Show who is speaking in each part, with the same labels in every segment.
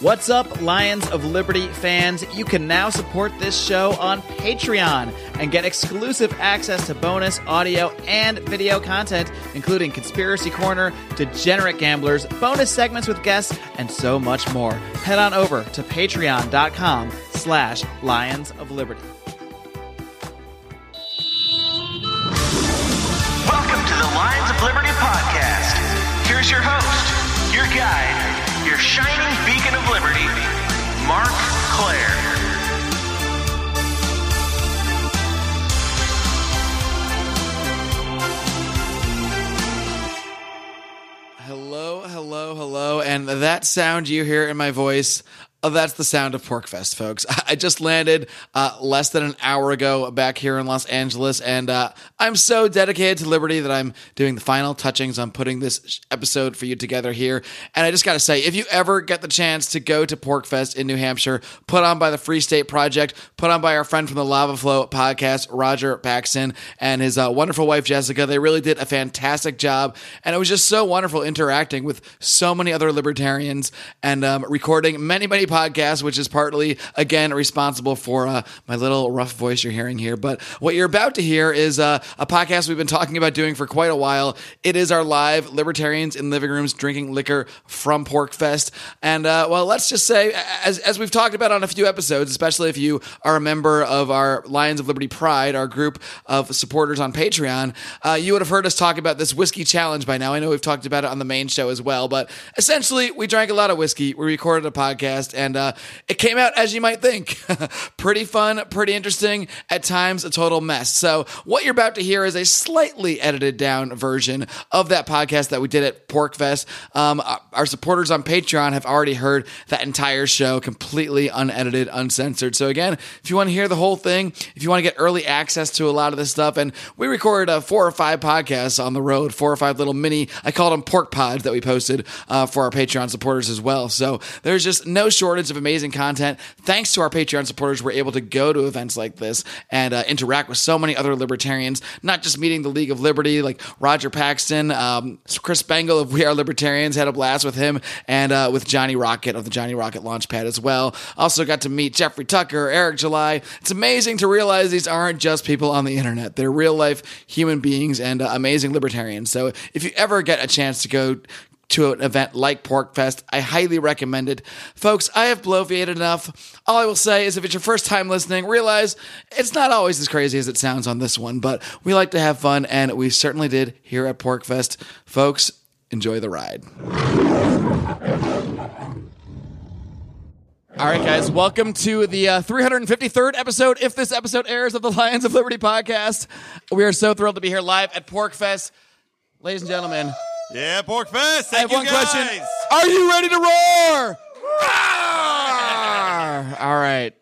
Speaker 1: What's up, Lions of Liberty fans? You can now support this show on Patreon and get exclusive access to bonus audio and video content, including Conspiracy Corner, Degenerate Gamblers, bonus segments with guests, and so much more. Head on over to patreon.com slash Lions of Liberty.
Speaker 2: Welcome to the Lions of Liberty podcast. Here's your host, your guide, your shining beacon of liberty, Mark Claire.
Speaker 1: Hello, hello, hello. And that sound you hear in my voice, uh, that's the sound of Porkfest, folks. I just landed uh, less than an hour ago back here in Los Angeles, and uh, I'm so dedicated to Liberty that I'm doing the final touchings on putting this sh- episode for you together here. And I just got to say, if you ever get the chance to go to Porkfest in New Hampshire, put on by the Free State Project, put on by our friend from the Lava Flow podcast, Roger Paxson, and his uh, wonderful wife, Jessica, they really did a fantastic job. And it was just so wonderful interacting with so many other libertarians and um, recording many, many podcasts, which is partly, again, responsible for uh, my little rough voice you're hearing here. But what you're about to hear is uh, a podcast we've been talking about doing for quite a while. It is our live Libertarians in Living Rooms Drinking Liquor from Pork Fest. And uh, well, let's just say, as, as we've talked about on a few episodes, especially if you are a member of our Lions of Liberty Pride, our group of supporters on Patreon, uh, you would have heard us talk about this whiskey challenge by now. I know we've talked about it on the main show as well, but essentially, we drank a lot of whiskey. We recorded a podcast, and uh, it came out as you might think pretty fun, pretty interesting, at times a total mess. So, what you're about to hear is a slightly edited down version of that podcast that we did at Porkfest. Um, our- our supporters on Patreon have already heard that entire show completely unedited, uncensored. So, again, if you want to hear the whole thing, if you want to get early access to a lot of this stuff, and we recorded uh, four or five podcasts on the road, four or five little mini, I called them pork pods that we posted uh, for our Patreon supporters as well. So, there's just no shortage of amazing content. Thanks to our Patreon supporters, we're able to go to events like this and uh, interact with so many other libertarians, not just meeting the League of Liberty, like Roger Paxton, um, Chris Spangle of We Are Libertarians had a blast with him, and uh, with Johnny Rocket of the Johnny Rocket Launchpad as well. Also got to meet Jeffrey Tucker, Eric July. It's amazing to realize these aren't just people on the internet, they're real life human beings and uh, amazing libertarians. So if you ever get a chance to go, to an event like Porkfest. I highly recommend it. Folks, I have bloviated enough. All I will say is if it's your first time listening, realize it's not always as crazy as it sounds on this one, but we like to have fun, and we certainly did here at Porkfest. Folks, enjoy the ride. All right, guys, welcome to the uh, 353rd episode, if this episode airs, of the Lions of Liberty podcast. We are so thrilled to be here live at Porkfest. Ladies and gentlemen,
Speaker 3: Yeah, pork fest.
Speaker 1: I
Speaker 3: Thank
Speaker 1: have one
Speaker 3: you guys.
Speaker 1: question. Are you ready to roar? roar! All right.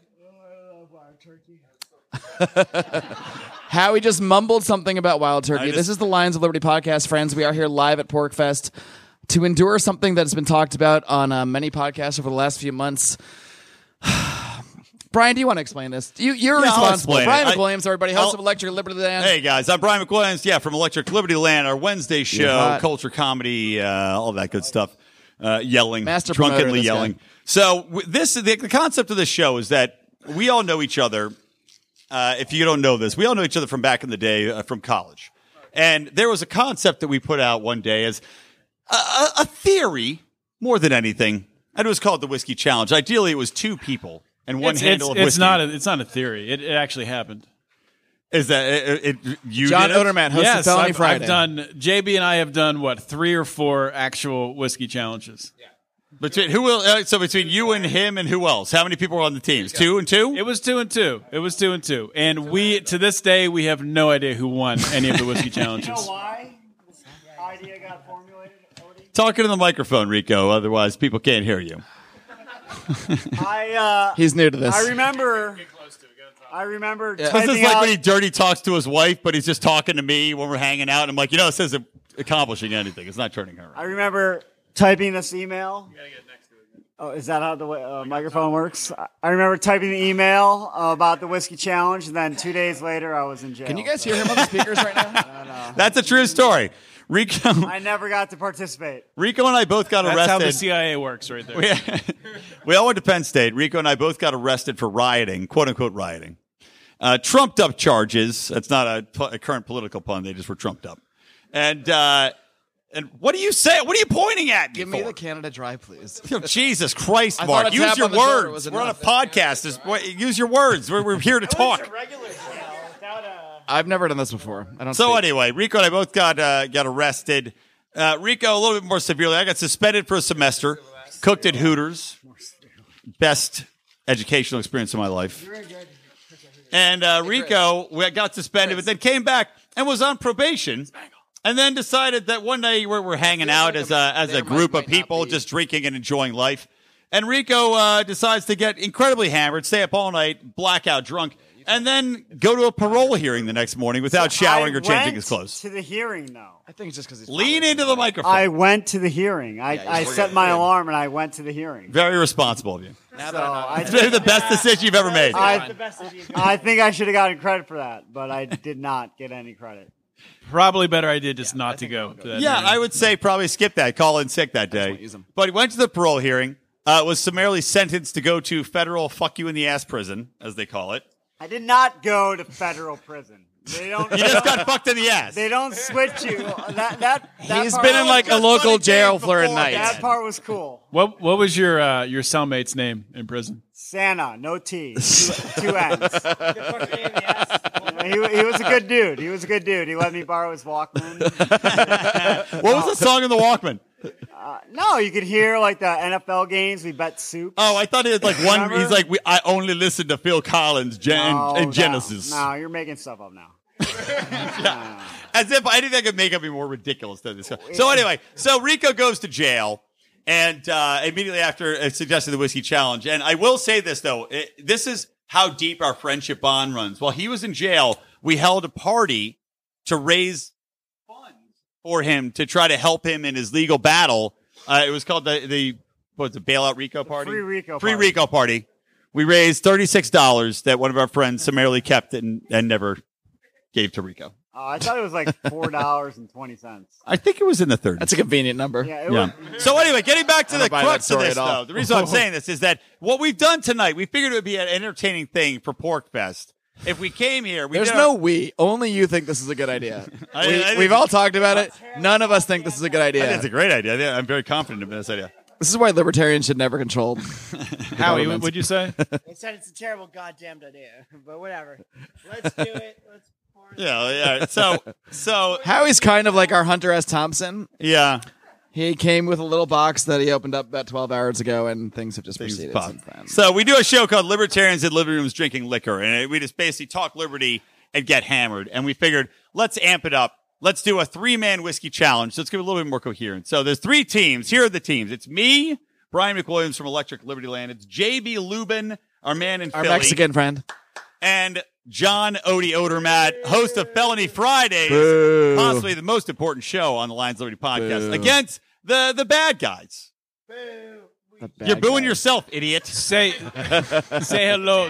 Speaker 1: Howie just mumbled something about wild turkey.
Speaker 3: just-
Speaker 1: this is the Lions of Liberty podcast, friends. We are here live at Porkfest to endure something that's been talked about on uh, many podcasts over the last few months. Brian, do you want to explain this? You, you're
Speaker 3: Yeah, I'll
Speaker 1: responsible.
Speaker 3: explain it.
Speaker 1: Brian
Speaker 3: I-
Speaker 1: McWilliams, everybody, host
Speaker 3: I'll-
Speaker 1: of Electric Liberty Land.
Speaker 3: Hey guys, I'm Brian McWilliams. Yeah, from Electric Liberty Land, our Wednesday show,
Speaker 1: hot.
Speaker 3: culture, comedy, uh, all that good stuff. Uh, yelling,
Speaker 1: Master promoter,
Speaker 3: drunkenly
Speaker 1: this
Speaker 3: yelling.
Speaker 1: guy.
Speaker 3: So w- this the, the concept of this show is that we all know each other. Uh, if you don't know this, we all know each other from back in the day, uh, from college. And there was a concept that we put out one day as a, a theory more than anything, and it was called the Whiskey Challenge. Ideally, it was two people and one
Speaker 4: it's,
Speaker 3: handle
Speaker 4: it's,
Speaker 3: of whiskey.
Speaker 4: it's not a, it's not a theory. It, it actually happened.
Speaker 3: Is that it, it, it- you?
Speaker 1: John
Speaker 3: did it?
Speaker 1: Odermatt, host of
Speaker 4: yes,
Speaker 1: Felony
Speaker 4: I've,
Speaker 1: Friday.
Speaker 4: I've done. JB and I have done what three or four actual whiskey challenges.
Speaker 3: Between who will? Uh, so between you and him, and who else? How many people are on the teams? Two and two.
Speaker 4: It was two and two. It was two and two. And we to this day we have no idea who won any of the whiskey challenges.
Speaker 5: why this idea got formulated, Odie?
Speaker 3: Talking to the microphone, Rico. Otherwise, people can't hear you.
Speaker 5: I uh,
Speaker 1: He's new to this.
Speaker 5: I remember. I remember
Speaker 3: This is
Speaker 5: typing
Speaker 3: like
Speaker 5: out-
Speaker 3: when he dirty talks to his wife, but he's just talking to me when we're hanging out. And I'm like, you know, this isn't accomplishing anything. It's not turning her.
Speaker 5: I
Speaker 3: Around.
Speaker 5: remember typing this email Oh, is that how the uh, microphone works? I- I remember typing the email about the whiskey challenge, and then two days later, I was in jail.
Speaker 1: Can you guys hear him on the speakers right now?
Speaker 3: That's a true story. Rico,
Speaker 5: I never got to participate.
Speaker 3: Rico and I both got
Speaker 4: That's how the
Speaker 3: arrested.
Speaker 4: CIA works, right there.
Speaker 3: we all went to Penn State. Rico and I both got arrested for rioting, quote unquote rioting. Uh, trumped up charges. That's not a, pu- a current political pun. They just were trumped up. And uh, and what do you say? What are you pointing at?
Speaker 1: Give me
Speaker 3: for?
Speaker 1: the Canada Dry, please.
Speaker 3: Oh, Jesus Christ,
Speaker 1: I
Speaker 3: Mark!
Speaker 1: thought a
Speaker 3: Use
Speaker 1: tap
Speaker 3: your
Speaker 1: on the shoulder
Speaker 3: words.
Speaker 1: was
Speaker 3: We're on a
Speaker 1: enough.
Speaker 3: podcast. This- what- use your words. We're, we're here to talk.
Speaker 5: regular jail without a.
Speaker 1: I've never done this before. I don't.
Speaker 3: So
Speaker 1: speak.
Speaker 3: anyway, Rico and I both got uh, got arrested. Uh, Rico a little bit more severely. I got suspended for a semester. Cooked at Hooters. Best educational experience of my life. And uh, Rico we got suspended, but then came back and was on probation. And then decided that one day we're, we're hanging out as a, as a
Speaker 1: there
Speaker 3: group
Speaker 1: might-
Speaker 3: of
Speaker 1: might not
Speaker 3: people,
Speaker 1: be.
Speaker 3: just drinking and enjoying life. And Rico uh, decides to get incredibly hammered, stay up all night, blackout drunk, and then go to a parole hearing the next morning without showering
Speaker 5: I
Speaker 3: or changing
Speaker 5: went
Speaker 3: his clothes.
Speaker 5: To the hearing, though.
Speaker 1: I think it's just because he's
Speaker 3: Lean into the microphone.
Speaker 5: I went to the hearing. I,
Speaker 1: Yeah,
Speaker 5: I
Speaker 1: he's-
Speaker 5: set my alarm and I went to the hearing.
Speaker 3: Very responsible of you.
Speaker 1: Now
Speaker 5: So
Speaker 1: that I know-
Speaker 5: I,
Speaker 3: It's maybe the
Speaker 5: think-
Speaker 3: best decision you've ever made.
Speaker 5: I, I think I should have gotten credit for that, but I did not get any credit.
Speaker 4: Probably better idea just not to go. to that
Speaker 3: Yeah,
Speaker 4: meeting.
Speaker 3: I would say probably skip that. Call in sick that
Speaker 1: won't
Speaker 3: day.
Speaker 1: use 'em.
Speaker 3: But he went to the parole hearing. Uh, was summarily sentenced to go to federal "fuck you in the ass" prison, as they call it.
Speaker 5: I did not go to federal prison. They don't.
Speaker 3: He just got fucked in the ass.
Speaker 5: They don't switch you. That that, that
Speaker 1: He's
Speaker 5: part
Speaker 1: been in
Speaker 5: was-
Speaker 1: like a
Speaker 3: Just
Speaker 1: local
Speaker 3: funny days
Speaker 1: jail for a
Speaker 3: before
Speaker 1: night.
Speaker 5: that part was cool.
Speaker 4: What What was your uh, your cellmate's name in prison?
Speaker 5: Santa, no T, two, two N's. he, he was a good dude. He was a good dude. He let me borrow his Walkman.
Speaker 3: What was the song in the Walkman?
Speaker 5: No, you could hear like the NFL games. We bet soup.
Speaker 3: Oh, I thought it was like one.
Speaker 5: Remember?
Speaker 3: He's like, we, I only listen to Phil Collins Gen-
Speaker 5: No,
Speaker 3: and
Speaker 5: no,
Speaker 3: Genesis,
Speaker 5: No, you're making stuff up now.
Speaker 3: as if anything could make up be more ridiculous than this.
Speaker 5: Oh,
Speaker 3: So anyway, so Rico goes to jail, and uh, immediately after uh, suggested the whiskey challenge. And I will say this though, it, this is how deep our friendship bond runs. While he was in jail, we held a party to raise for him to try to help him in his legal battle. Uh, it was called the the what was the bailout Rico party?
Speaker 5: Free Rico
Speaker 3: Free
Speaker 5: Party.
Speaker 3: Rico party. We raised thirty six dollars that one of our friends summarily kept and, and never gave to Rico.
Speaker 5: Oh, I thought it was like four dollars and twenty cents.
Speaker 3: I think it was in the thirties.
Speaker 1: that's a convenient number.
Speaker 5: Yeah, it
Speaker 3: Yeah.
Speaker 5: was.
Speaker 3: So anyway, getting back to
Speaker 1: don't
Speaker 3: the
Speaker 1: buy
Speaker 3: crux
Speaker 1: that
Speaker 3: of
Speaker 1: story
Speaker 3: this,
Speaker 1: at all.
Speaker 3: though, the reason I'm saying this is that what we've done tonight, we figured it would be an entertaining thing for Porkfest. If we came here, we
Speaker 1: There's
Speaker 3: did
Speaker 1: no
Speaker 3: our-
Speaker 1: we. Only you think this is a good idea.
Speaker 3: I-
Speaker 1: we,
Speaker 3: I didn't-
Speaker 1: we've all talked about it. None of us think this is a good
Speaker 3: I think It's
Speaker 1: idea.
Speaker 3: a great idea. I think- I'm very confident in this idea.
Speaker 1: This is why libertarians should never control.
Speaker 4: Howie,
Speaker 1: governments.
Speaker 4: would you say?
Speaker 6: They said it's a terrible goddamn idea, but whatever. Let's do it. Let's. pour it.
Speaker 3: Yeah, yeah. So, so
Speaker 1: Howie's kind of like our Hunter S. Thompson.
Speaker 3: yeah.
Speaker 1: He came with a little box that he opened up about 12 hours ago, and things have just proceeded
Speaker 3: Pop.
Speaker 1: since then.
Speaker 3: So we do a show called Libertarians in Living Rooms Drinking Liquor, and it- we just basically talk liberty and get hammered. And we figured let's amp it up. Let's do a three man whiskey challenge. So let's give it a little bit more coherent. So there's three teams. Here are the teams. It's me, Brian McWilliams from Electric Liberty Land. It's JB Lubin, our man in
Speaker 1: our
Speaker 3: Philly,
Speaker 1: Mexican friend.
Speaker 3: and John Odie Odermatt, host of Felony Fridays,
Speaker 1: Boo.
Speaker 3: possibly the most important show on the Lions Liberty podcast,
Speaker 1: Boo.
Speaker 3: against the the bad guys.
Speaker 1: The bad
Speaker 3: You're booing
Speaker 1: guy.
Speaker 3: yourself, idiot.
Speaker 4: Say say hello.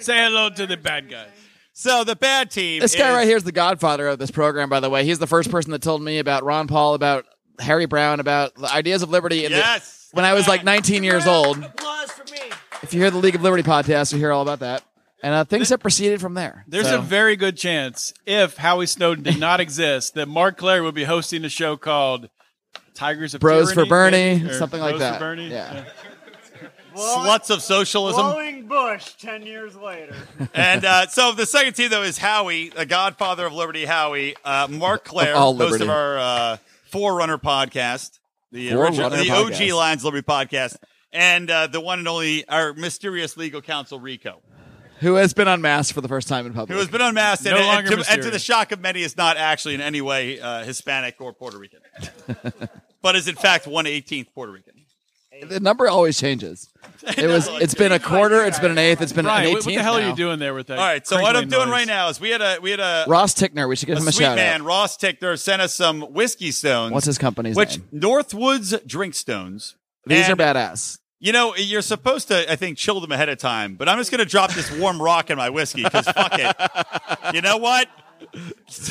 Speaker 4: Say hello to the bad guys.
Speaker 3: So the bad team.
Speaker 1: This guy
Speaker 3: is-
Speaker 1: right here is the godfather of this program, by the way. He's the first person that told me about Ron Paul, about Harry Brown, about the ideas of liberty. and the-
Speaker 3: Yes.
Speaker 1: when I was like 19 years old.
Speaker 6: Applause for me.
Speaker 1: If you hear the League of Liberty podcast, you hear all about that. And uh, things have proceeded from there.
Speaker 4: There's
Speaker 1: So-
Speaker 4: a very good chance if Howie Snowden did not exist, that Mark Claire would be hosting a show called Tigers of
Speaker 1: Bros
Speaker 4: Tyranny,
Speaker 1: for Bernie,
Speaker 4: maybe, or
Speaker 1: something like
Speaker 4: Bros
Speaker 1: that.
Speaker 4: For Bernie.
Speaker 1: Yeah.
Speaker 3: sluts of socialism.
Speaker 5: Blowing Bush ten years later.
Speaker 3: and uh, so the second team though is Howie, the Godfather of Liberty, Howie, uh, Mark Claire,
Speaker 1: Of all
Speaker 3: host of
Speaker 1: liberty.
Speaker 3: our uh, Forerunner podcast, the original,
Speaker 1: Forerunner
Speaker 3: the OG
Speaker 1: podcast.
Speaker 3: Lions Liberty podcast, and uh, the one and only our mysterious legal counsel Rico,
Speaker 1: Who has been unmasked for the first time in
Speaker 3: who
Speaker 1: public.
Speaker 3: has been unmasked
Speaker 4: No
Speaker 3: and, and,
Speaker 4: longer
Speaker 3: to, and to the
Speaker 4: mysterious.
Speaker 3: shock of many is not actually in any way uh, Hispanic or Puerto Rican, but is in fact one eighteenth Puerto Rican.
Speaker 1: the number always changes. It was. It's been a quarter. It's been an eighth. It's been
Speaker 4: Brian,
Speaker 1: an
Speaker 4: what-
Speaker 1: eighteenth.
Speaker 4: what the hell
Speaker 1: now.
Speaker 4: are you doing there with that?
Speaker 3: All right, so what I'm
Speaker 4: crinkling
Speaker 3: doing
Speaker 4: noise?
Speaker 3: right now is we had a we had a
Speaker 1: Ross Tickner. We should give
Speaker 3: a
Speaker 1: him a
Speaker 3: sweet
Speaker 1: shout
Speaker 3: man,
Speaker 1: out.
Speaker 3: Ross Tickner, sent us some whiskey stones.
Speaker 1: What's his company's
Speaker 3: which
Speaker 1: name?
Speaker 3: Northwoods drink stones.
Speaker 1: These
Speaker 3: And-
Speaker 1: are badass.
Speaker 3: You know, you're supposed to, I think, chill them ahead of time, but I'm just going to drop this warm rock in my whiskey because fuck it. You know what?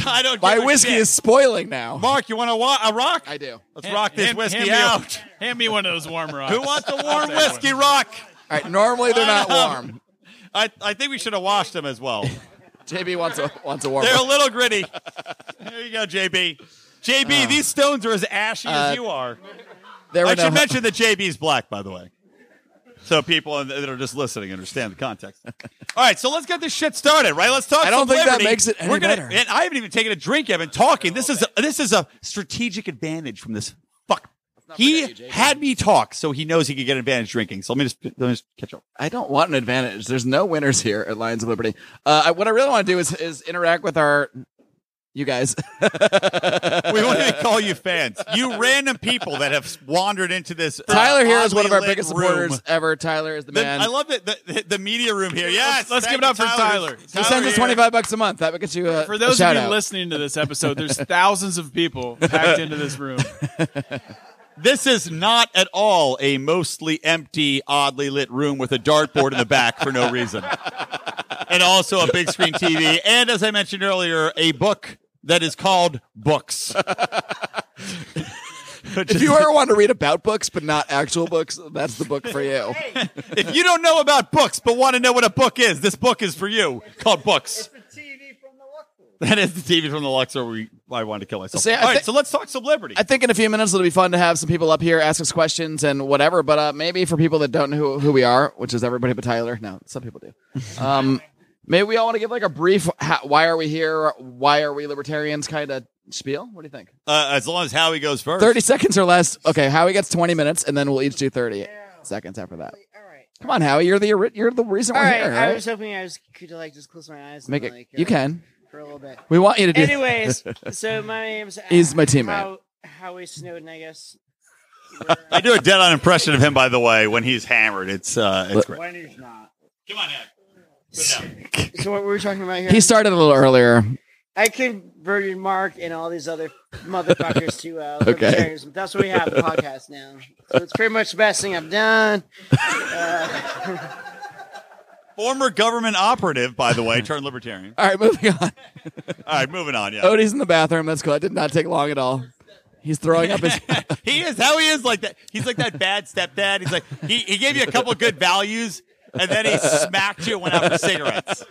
Speaker 3: I don't.
Speaker 1: My
Speaker 3: give a
Speaker 1: whiskey
Speaker 3: shit.
Speaker 1: is spoiling now.
Speaker 3: Mark, you want to wa- a rock?
Speaker 1: I do. All
Speaker 3: Let's rock this whiskey
Speaker 4: me a-
Speaker 3: out.
Speaker 4: hand me one of those warm rocks.
Speaker 3: Who wants a warm whiskey rock?
Speaker 1: right. Normally they're not warm.
Speaker 3: I, I think we should have washed them as well.
Speaker 1: JB wants a wants a warm.
Speaker 3: They're a
Speaker 1: one.
Speaker 3: little gritty. There you go, JB. JB, these stones are as ashy as you are.
Speaker 1: Uh, There were
Speaker 3: I
Speaker 1: no-
Speaker 3: should mention that JB's black, by the way. So people that are just listening understand the context. All right, so let's get this shit started, right? Let's talk.
Speaker 1: I
Speaker 3: some
Speaker 1: don't think that
Speaker 3: liberty.
Speaker 1: makes it any
Speaker 3: We're gonna,
Speaker 1: better.
Speaker 3: And I haven't even taken a drink. I've been talking. This is a, this is a strategic advantage from this fuck. He
Speaker 1: forget you, JB.
Speaker 3: had me talk, so he knows he could get an advantage drinking. So let me just let me just catch up.
Speaker 1: I don't want an advantage. There's no winners here at Lions of Liberty. Uh, I, what I really want to do is is interact with our you guys.
Speaker 3: We want to call you fans, you random people that have wandered into this. uh,
Speaker 1: Tyler here is one of
Speaker 3: oddly
Speaker 1: our
Speaker 3: lit
Speaker 1: biggest
Speaker 3: room.
Speaker 1: supporters ever. Tyler is the
Speaker 3: The-
Speaker 1: man.
Speaker 3: I love it. The, the, the media room here. Yes,
Speaker 4: let's
Speaker 3: thank
Speaker 4: give it up
Speaker 3: you,
Speaker 4: for Tyler.
Speaker 3: He
Speaker 1: he sends us twenty five bucks a month. That would get you a
Speaker 4: For those
Speaker 1: a
Speaker 4: of you
Speaker 1: shout-out.
Speaker 4: listening to this episode, there's thousands of people packed into this room.
Speaker 3: This is not at all a mostly empty, oddly lit room with a dartboard in the back for no reason. And also a big screen TV. And as I mentioned earlier, a book that is called Books.
Speaker 1: If you ever want to read about books but not actual books, that's the book for you.
Speaker 3: If you don't know about books but want to know what a book is, this book is for you called Books.
Speaker 6: The TV from the Luxor.
Speaker 3: That is the TV from the Luxor where I wanted to kill myself.
Speaker 1: See, I
Speaker 3: all right,
Speaker 1: think-
Speaker 3: so let's talk celebrity.
Speaker 1: I think in a few minutes it'll be fun to have some people up here ask us questions and whatever. But uh, maybe for people that don't know who, who we are, which is everybody but Tyler. No, some people do. Um, maybe we all want to give like a brief ha- "Why are we here? Why are we libertarians?" kind of spiel. What do you think?
Speaker 3: uh, as long as Howie goes first.
Speaker 1: Thirty seconds or less. Okay, Howie gets twenty minutes, and then we'll each do thirty seconds after that.
Speaker 6: All right.
Speaker 1: Come on, Howie, you're the ori- you're the reason
Speaker 6: All
Speaker 1: we're
Speaker 6: right.
Speaker 1: here.
Speaker 6: I
Speaker 1: right?
Speaker 6: was hoping I was could like just close my eyes.
Speaker 1: Make
Speaker 6: and,
Speaker 1: it.
Speaker 6: Like,
Speaker 1: You
Speaker 6: uh,
Speaker 1: can.
Speaker 6: for a little bit.
Speaker 1: We want you to do.
Speaker 6: Anyways, so my name's uh,
Speaker 1: He's my teammate.
Speaker 6: How, Howie Snowden, I guess.
Speaker 3: I do a dead on impression of him, by the way, when he's hammered. It's uh, it's great.
Speaker 5: When he's not.
Speaker 3: Come on, Ed.
Speaker 6: So what were we talking about here?
Speaker 1: he started a little earlier.
Speaker 6: I converted Mark and all these other motherfuckers to uh,
Speaker 1: Okay.
Speaker 6: libertarianism. That's what we have the podcast now. So it's pretty much the best thing I've done.
Speaker 3: Former government operative, by the way, turned libertarian.
Speaker 1: All right, moving on.
Speaker 3: All right, moving on. Yeah,
Speaker 1: Odie's in the bathroom. That's cool. It did not take long at all. He's throwing up his.
Speaker 3: he is how he is like that. He's like that bad stepdad. He's like he, he gave you a couple good values, and then he smacked you and went out for cigarettes.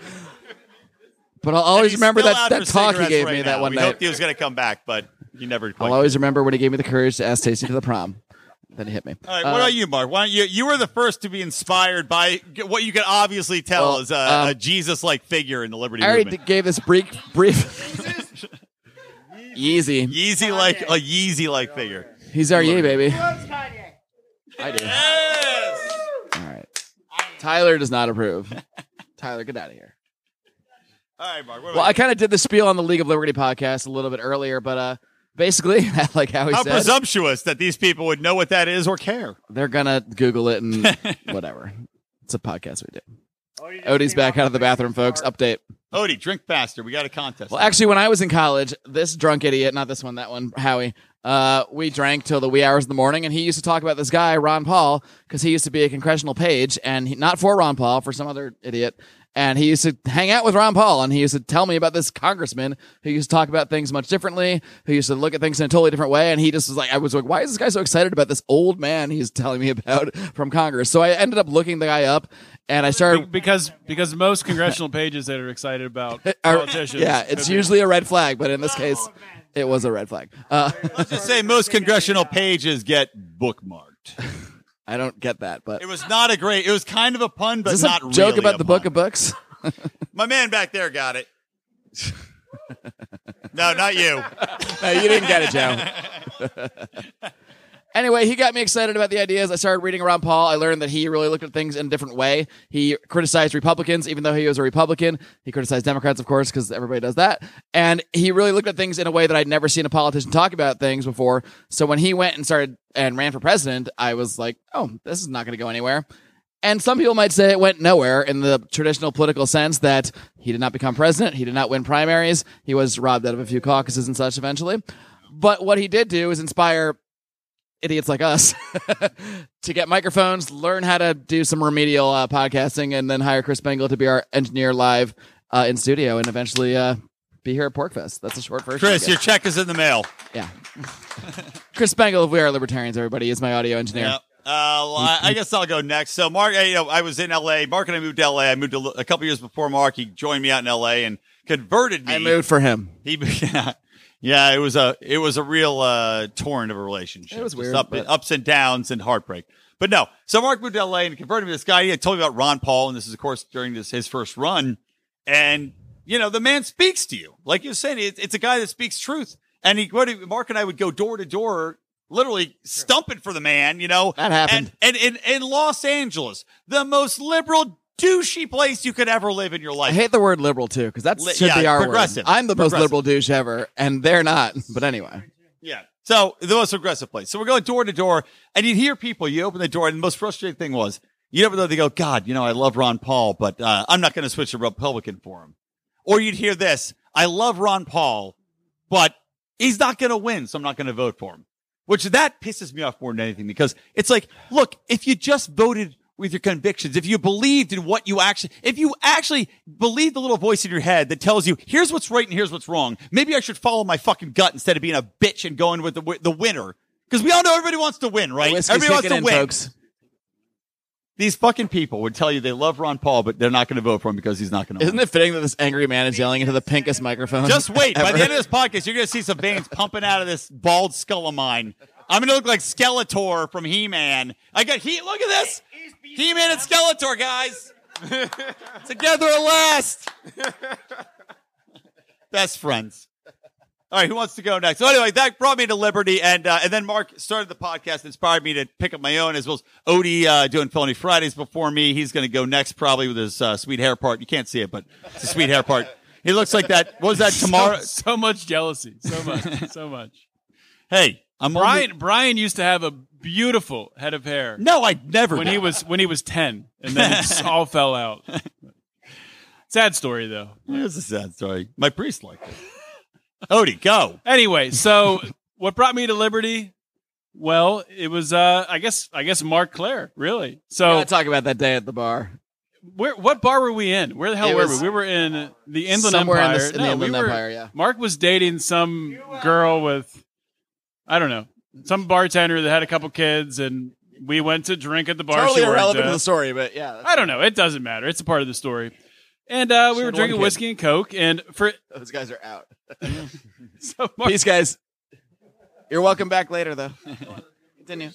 Speaker 1: But I'll always
Speaker 3: He's
Speaker 1: remember
Speaker 3: still
Speaker 1: that,
Speaker 3: out
Speaker 1: that
Speaker 3: for
Speaker 1: talk he
Speaker 3: cigarettes
Speaker 1: gave
Speaker 3: right
Speaker 1: me
Speaker 3: now.
Speaker 1: that one
Speaker 3: we
Speaker 1: night.
Speaker 3: hoped he was going to come back, but he never quite.
Speaker 1: I'll always remember when he gave me the courage to ask Tasty to the prom. Then he hit me. Uh,
Speaker 3: All right, what about you, Mark? Why don't you? You were the first to be inspired by what you could obviously tell
Speaker 1: Well,
Speaker 3: is a,
Speaker 1: um,
Speaker 3: a Jesus-like figure in the liberty
Speaker 1: I already
Speaker 3: movement.
Speaker 1: gave this brief. brief Yeezy.
Speaker 3: Yeezy like a Yeezy like figure.
Speaker 1: He's our yee, baby.
Speaker 6: Loves Kanye.
Speaker 1: I do.
Speaker 3: Yes.
Speaker 1: All right. Tyler does not approve. Tyler, get out of here.
Speaker 3: All right, Mark. What about
Speaker 1: Well,
Speaker 3: you?
Speaker 1: I kind of did the spiel on the League of Liberty podcast a little bit earlier, but uh, basically, like how he
Speaker 3: How
Speaker 1: said,
Speaker 3: presumptuous that these people would know what that is or care.
Speaker 1: they're gonna Google it and whatever. It's a podcast we do.
Speaker 5: Odie just
Speaker 1: Odie's
Speaker 5: came
Speaker 1: back out
Speaker 5: off
Speaker 1: of the bathroom, folks. Update.
Speaker 3: Odie, drink faster. We got a contest.
Speaker 1: Well, actually, when I was in college, this drunk idiot, not this one, that one, Howie, uh, we drank till the wee hours of the morning. And he used to talk about this guy, Ron Paul, because he used to be a congressional page and he, not for Ron Paul, for some other idiot. And he used to hang out with Ron Paul and he used to tell me about this congressman who used to talk about things much differently, who used to look at things in a totally different way. And he just was like, I was like, why is this guy so excited about this old man he's telling me about from Congress? So I ended up looking the guy up and I
Speaker 4: Be-
Speaker 1: started.
Speaker 4: because because most congressional pages that are excited about
Speaker 1: Our-
Speaker 4: politicians.
Speaker 1: Yeah, it's usually a red flag, but in this case, it was a red flag. Uh,
Speaker 3: let's just say most congressional pages get bookmarked.
Speaker 1: I don't get that, but
Speaker 3: It was not a great. It was kind of a pun, but
Speaker 1: is this
Speaker 3: not
Speaker 1: a joke
Speaker 3: really
Speaker 1: about
Speaker 3: a
Speaker 1: the
Speaker 3: pun.
Speaker 1: book of books?
Speaker 3: My man back there got it. no, not you.
Speaker 1: no, you didn't get it, Joe. anyway, he got me excited about the ideas. I started reading Ron Paul. I learned that he really looked at things in a different way. He criticized Republicans, even though he was a Republican. He criticized Democrats, of course, because everybody does that. And he really looked at things in a way that I'd never seen a politician talk about things before. So when he went and started and ran for president, I was like, oh, this is not going to go anywhere. And some people might say it went nowhere in the traditional political sense that he did not become president. He did not win primaries. He was robbed out of a few caucuses and such eventually. But what he did do is inspire idiots like us to get microphones, learn how to do some remedial uh, podcasting, and then hire Chris Bengal to be our engineer live uh, in studio and eventually uh, be here at Porkfest. That's a short version.
Speaker 3: Chris,
Speaker 1: I
Speaker 3: your
Speaker 1: guess.
Speaker 3: check is in the mail.
Speaker 1: yeah. Chris Bengal of We Are Libertarians, everybody, is my audio engineer.
Speaker 3: Yeah. Uh, well, I, I guess I'll go next. So, Mark, I, you know, I was in L.A. Mark and I moved to L.A. I moved a, li- a couple years before Mark. He joined me out in L.A. and converted me.
Speaker 1: I moved for him.
Speaker 3: He, yeah, yeah. It was a it was a real uh, torrent of a relationship.
Speaker 1: It was
Speaker 3: Just
Speaker 1: weird,
Speaker 3: up-
Speaker 1: but-
Speaker 3: ups and downs and heartbreak. But no, so Mark moved to LA and converted me to this guy. He had told me about Ron Paul, and this is of course during this his first run. And you know, the man speaks to you like you're saying. It, it's a guy that speaks truth. And he, what he- Mark and I would go door to door, literally stumping for the man. You know
Speaker 1: That happened.
Speaker 3: And and in in Los Angeles, the most liberal douchey place you could ever live in your life.
Speaker 1: I hate the word liberal too, because that's
Speaker 3: Li-
Speaker 1: should
Speaker 3: yeah,
Speaker 1: be our
Speaker 3: progressive.
Speaker 1: word. I'm the most
Speaker 3: Progressive.
Speaker 1: liberal douche ever, and they're not. But anyway,
Speaker 3: Yeah. So the most aggressive place. So we're going door to door, and you'd hear people. You open the door, and the most frustrating thing was you never know. They go, God, you know, I love Ron Paul, but uh, I'm not going to switch to Republican for him. Or you'd hear this: I love Ron Paul, but he's not going to win, so I'm not going to vote for him. Which that pisses me off more than anything because it's like, look, if you just voted with your convictions, if you believed in what you actually, if you actually believe the little voice in your head that tells you, here's what's right and here's what's wrong, maybe I should follow my fucking gut instead of being a bitch and going with the, wi- the winner. Because we all know everybody wants to win, right?
Speaker 1: Whiskey's
Speaker 3: everybody wants
Speaker 1: kicking
Speaker 3: to
Speaker 1: in,
Speaker 3: win.
Speaker 1: folks.
Speaker 3: These fucking people would tell you they love Ron Paul, but they're not going to vote for him because he's not going to win.
Speaker 1: Isn't it fitting that this angry man is yelling into the pinkest microphone?
Speaker 3: Just wait. By
Speaker 1: ever?
Speaker 3: the end of this podcast, you're going to see some veins pumping out of this bald skull of mine. I'm going to look like Skeletor from He Man. I got He. Look at this. He Man and Skeletor, guys. Together at last. Best friends. All right, who wants to go next? So anyway, that brought me to Liberty, and uh, and then Mark started the podcast, inspired me to pick up my own, as well as Odie uh, doing Felony Fridays before me. He's going to go next, probably with his uh, sweet hair part. You can't see it, but it's a sweet hair part. He looks like that. What was that tomorrow?
Speaker 4: so much jealousy. So much. So much.
Speaker 3: Hey, I'm only-
Speaker 4: Brian Brian used to have a beautiful head of hair
Speaker 3: no, I never.
Speaker 4: when he was when he was ten, and then it just all fell out. Sad story though.
Speaker 3: It's a sad story. My priest liked it. Odie, go.
Speaker 4: Anyway, so what brought me to Liberty? Well, it was uh, I guess I guess Mark Claire really. So
Speaker 1: Gotta talk about that day at the bar.
Speaker 4: Where what bar were we in? Where the hell
Speaker 1: It
Speaker 4: were
Speaker 1: was
Speaker 4: we? We were in the Inland
Speaker 1: somewhere in
Speaker 4: Empire.
Speaker 1: the- in the Inland Empire, yeah.
Speaker 4: Mark was dating some girl with I don't know, some bartender that had a couple kids and we went to drink at the bar. she
Speaker 1: Totally
Speaker 4: worked
Speaker 1: irrelevant
Speaker 4: at.
Speaker 1: to the story, but yeah,
Speaker 4: I don't know. It doesn't matter. It's a part of the story. And uh, we
Speaker 1: She
Speaker 4: were
Speaker 1: had one
Speaker 4: drinking
Speaker 1: kid.
Speaker 4: whiskey and coke and for
Speaker 1: those guys are out.
Speaker 4: so Mark,
Speaker 1: Peace, guys. You're welcome back later, though. Continue.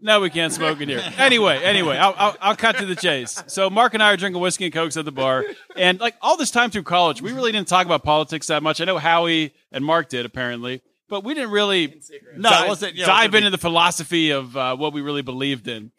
Speaker 4: No, we can't smoke in here. Anyway, anyway, I'll, I'll, I'll cut to the chase. So Mark and I are drinking whiskey and cokes at the bar, and like all this time through college, we really didn't talk about politics that much. I know Howie and Mark did apparently, but we didn't really
Speaker 3: No,
Speaker 4: dive,
Speaker 3: it wasn't. You know,
Speaker 4: dive
Speaker 3: it'd be-
Speaker 4: into the philosophy of uh, what we really believed in.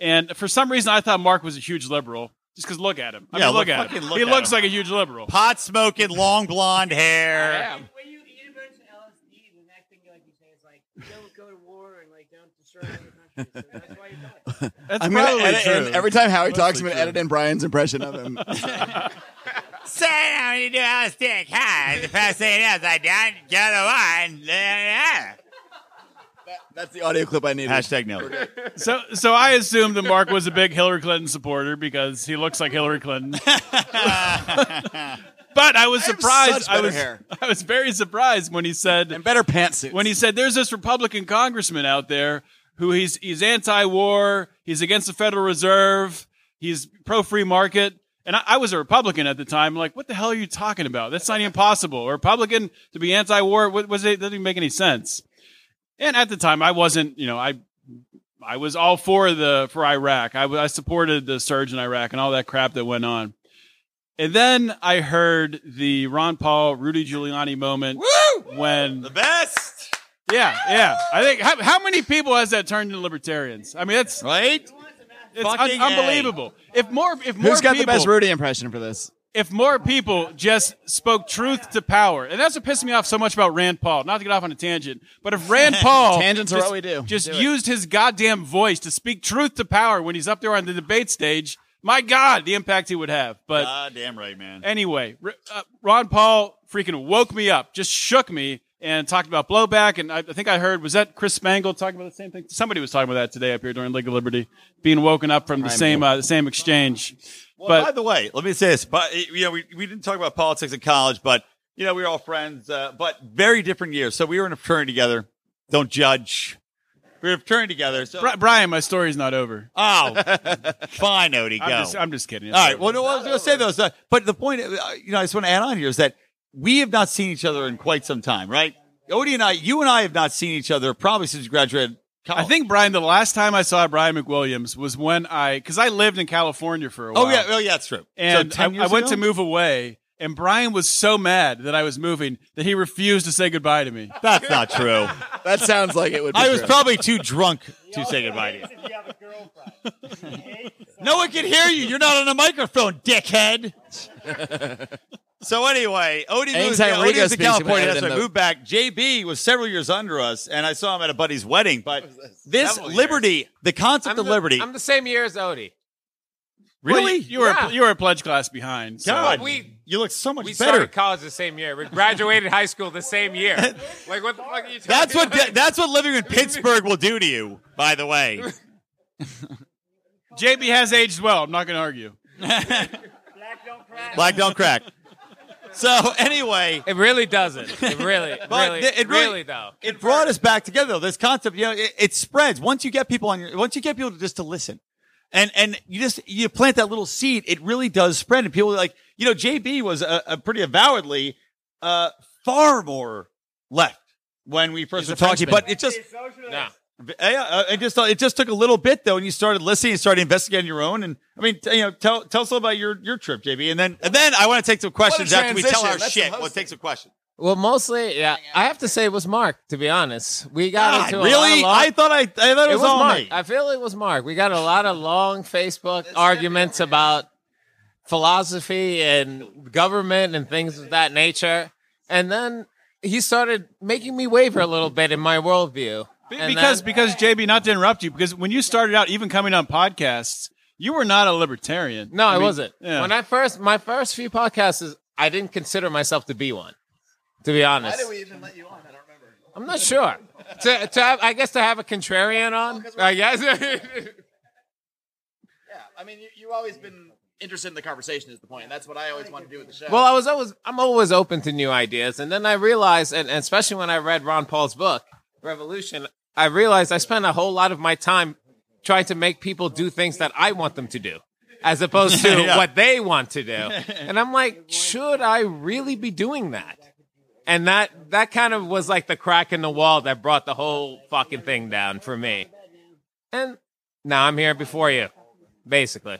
Speaker 4: And for some reason, I thought Mark was a huge liberal just because look at him. I
Speaker 3: Yeah,
Speaker 4: mean, look,
Speaker 3: look-
Speaker 4: at
Speaker 3: fucking
Speaker 4: him.
Speaker 3: look
Speaker 4: he
Speaker 3: at
Speaker 4: looks
Speaker 3: him.
Speaker 4: like a huge liberal.
Speaker 3: pot smoking, long blonde hair.
Speaker 6: When you eat a bunch of LSD, the next thing you like you say is like, don't go to war and like don't destroy other countries. So that's why you do it.
Speaker 4: That's
Speaker 1: I'm gonna
Speaker 4: probably
Speaker 1: edit
Speaker 4: true.
Speaker 1: in- every time Howie talks,
Speaker 4: Mostly
Speaker 1: I'm gonna
Speaker 4: true.
Speaker 1: edit in Brian's impression of him.
Speaker 3: So how you do I stick high? The first thing is I done get a line.
Speaker 1: That's the audio clip I needed.
Speaker 3: Hashtag no.
Speaker 4: So, so I assumed that Mark was a big Hillary Clinton supporter because he looks like Hillary Clinton. but I was
Speaker 1: have
Speaker 4: surprised.
Speaker 1: such
Speaker 4: I
Speaker 1: better
Speaker 4: was,
Speaker 1: hair.
Speaker 4: I was very surprised when he said,
Speaker 1: And better pantsuits.
Speaker 4: when he said, "There's this Republican congressman out there who he's he's anti-war, he's against the Federal Reserve, he's pro-free market." And I, I was a Republican at the time. Like, what the hell are you talking about? That's not even possible. A Republican to be anti-war what, was it? Doesn't even make any sense. And at the time, I wasn't. You know, I I was all for the for Iraq. I, w- I supported the surge in Iraq and all that crap that went on. And then I heard the Ron Paul Rudy Giuliani moment when
Speaker 3: The best,
Speaker 4: yeah, yeah. I think how, how many people has that turned into libertarians? I mean, that's
Speaker 3: right?
Speaker 4: it's un-
Speaker 3: Fucking A.
Speaker 4: unbelievable. If more, if more
Speaker 1: Who's got
Speaker 4: people,
Speaker 1: the best Rudy impression for this?
Speaker 4: if more people just spoke truth to power, and that's what pissed me off so much about Rand Paul. Not to get off on a tangent, but if Rand Paul
Speaker 1: Tangents are
Speaker 4: just,
Speaker 1: what we do.
Speaker 4: just
Speaker 1: Do it.
Speaker 4: used his goddamn voice to speak truth to power when he's up there on the debate stage, my God, the impact he would have. But
Speaker 3: Ah, damn right, man.
Speaker 4: Anyway, R- uh, Ron Paul freaking woke me up, just shook me, and talked about blowback. And I, I think I heard was that Chris Spangle talking about the same thing. Somebody was talking about that today up here during League of Liberty, being woken up from the same uh, the same exchange.
Speaker 3: Well,
Speaker 4: But-
Speaker 3: by the way, let me say this. But you know, we, we didn't talk about politics in college, but you know, we were all friends, uh, but very different years. So we were in a fraternity together. Don't judge. We were in a fraternity together. So
Speaker 4: Bri- Brian, my story's not over.
Speaker 3: oh, fine, Odie, go.
Speaker 4: I'm, just, I'm just kidding. It's
Speaker 3: All right.
Speaker 4: over.
Speaker 3: Well, no, what I was going to say though, is that, but the point, uh, you know, I just want to add on here is that we have not seen each other in quite some time, right? Odie and I, you and I have not seen each other probably since you graduated college.
Speaker 4: I think Brian. The last time I saw Brian McWilliams was when I, because I lived in California for a while.
Speaker 3: Oh yeah, oh yeah, that's true.
Speaker 4: and
Speaker 3: so 10
Speaker 4: I,
Speaker 3: years
Speaker 4: I went
Speaker 3: ago?
Speaker 4: to move away, and Brian was so mad that I was moving that he refused to say goodbye to me.
Speaker 3: That's not true.
Speaker 1: That sounds like it would. Be
Speaker 3: I was
Speaker 1: true.
Speaker 3: probably too drunk to say goodbye to you.
Speaker 5: If you have a girlfriend.
Speaker 3: No one can hear you. You're not on a microphone, dickhead. so anyway, Odie moves,
Speaker 1: Anytime
Speaker 3: yeah,
Speaker 1: Rico
Speaker 3: Odie was in
Speaker 1: speaks, we
Speaker 3: California.
Speaker 1: edit
Speaker 3: That's
Speaker 1: him
Speaker 3: why I
Speaker 1: up.
Speaker 3: moved back. JB was several years under us, and I saw him at a buddy's wedding. But this
Speaker 7: Several
Speaker 3: liberty, the concept
Speaker 7: I'm
Speaker 3: of
Speaker 7: the-
Speaker 3: liberty,
Speaker 7: I'm the same year as Odie.
Speaker 4: Well, you, you were
Speaker 7: Yeah.
Speaker 4: you were a pledge class behind. So.
Speaker 3: God,
Speaker 7: we-
Speaker 3: you look so much
Speaker 7: We
Speaker 3: better.
Speaker 7: started college the same year. We graduated high school the same year. Like what the fuck are you talking
Speaker 3: That's what
Speaker 7: about?
Speaker 3: that's what living in Pittsburgh will do to you. By the way,
Speaker 4: JB has aged well. I'm not going to argue.
Speaker 5: Black don't crack.
Speaker 3: black don't crack. So anyway,
Speaker 7: It really doesn't. It really,
Speaker 3: But
Speaker 7: really,
Speaker 3: th- it really-
Speaker 7: though.
Speaker 3: it brought us back together. Though this concept, you know, it, it spreads once you get people on your, once you get people just to listen, and and you just you plant that little seed. It really does spread, and people are like you know, JB was a, a pretty avowedly uh, far more left when we first were talking, but it just
Speaker 7: No.
Speaker 3: yeah, uh, it just it just took a little bit though, and you started listening, you started investigating your own, and I mean, t- you know, tell tell us all about your your trip, JB, and then and then I want to take some questions after we tell
Speaker 1: transition.
Speaker 3: our
Speaker 1: That's
Speaker 3: shit.
Speaker 1: some
Speaker 3: We'll take some questions.
Speaker 7: Well, mostly, yeah. I have to say it was Mark. To be honest, we got
Speaker 3: God,
Speaker 7: into a
Speaker 3: really?
Speaker 7: lot of long-
Speaker 3: I thought I, I thought it was, all
Speaker 7: Mark.
Speaker 3: me.
Speaker 7: I feel it was Mark. We got a lot of long Facebook arguments about philosophy and government and things of that nature, and then he started making me waver a little bit in my worldview.
Speaker 4: Be-
Speaker 7: And
Speaker 4: because
Speaker 7: then-
Speaker 4: because JB, not to interrupt you, because when you started out, even coming on podcasts, you were not a libertarian.
Speaker 7: No, I,
Speaker 4: mean,
Speaker 7: wasn't.
Speaker 4: yeah.
Speaker 7: When I first my first few podcasts, is, I didn't consider myself to be one. To be honest, why did we even let you on? I don't remember. I'm not sure. to, to have, I guess to have a contrarian on. I guess.
Speaker 8: Yeah, I mean, you, you've always been interested in the conversation. Is the point? That's what I always want to do with the show.
Speaker 7: well, I was always I'm always open to new ideas, and then I realized, and, and especially when I read Ron Paul's book Revolution, I realized I spent a whole lot of my time trying to make people do things that I want them to do. As opposed to
Speaker 3: Yeah.
Speaker 7: what they want to do. And I'm like, should I really be doing that? and that that kind of was like the crack in the wall that brought the whole fucking thing down for me. And now I'm here before you, basically.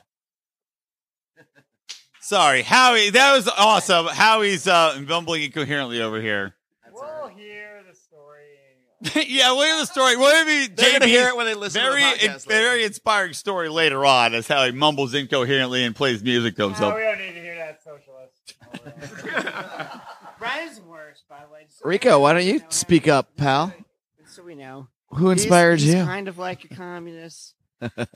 Speaker 3: Sorry, Howie. That was awesome. Howie's uh, mumbling incoherently over here.
Speaker 5: We'll hear the story.
Speaker 3: yeah, we'll hear the story. Well, maybe
Speaker 8: They're
Speaker 3: JB
Speaker 8: gonna hear it when they listen to
Speaker 3: Very,
Speaker 8: the podcast later.
Speaker 3: very inspiring story later on as how he mumbles incoherently and plays music to himself.
Speaker 5: No, we don't need to hear that, socialist.
Speaker 6: Brian's worse, by the way. So
Speaker 1: Rico, why don't you
Speaker 6: know,
Speaker 1: speak up, pal?
Speaker 6: So we know.
Speaker 1: Who
Speaker 6: He's-
Speaker 1: inspired
Speaker 6: he's
Speaker 1: you?
Speaker 6: Kind of like a communist. And-
Speaker 1: All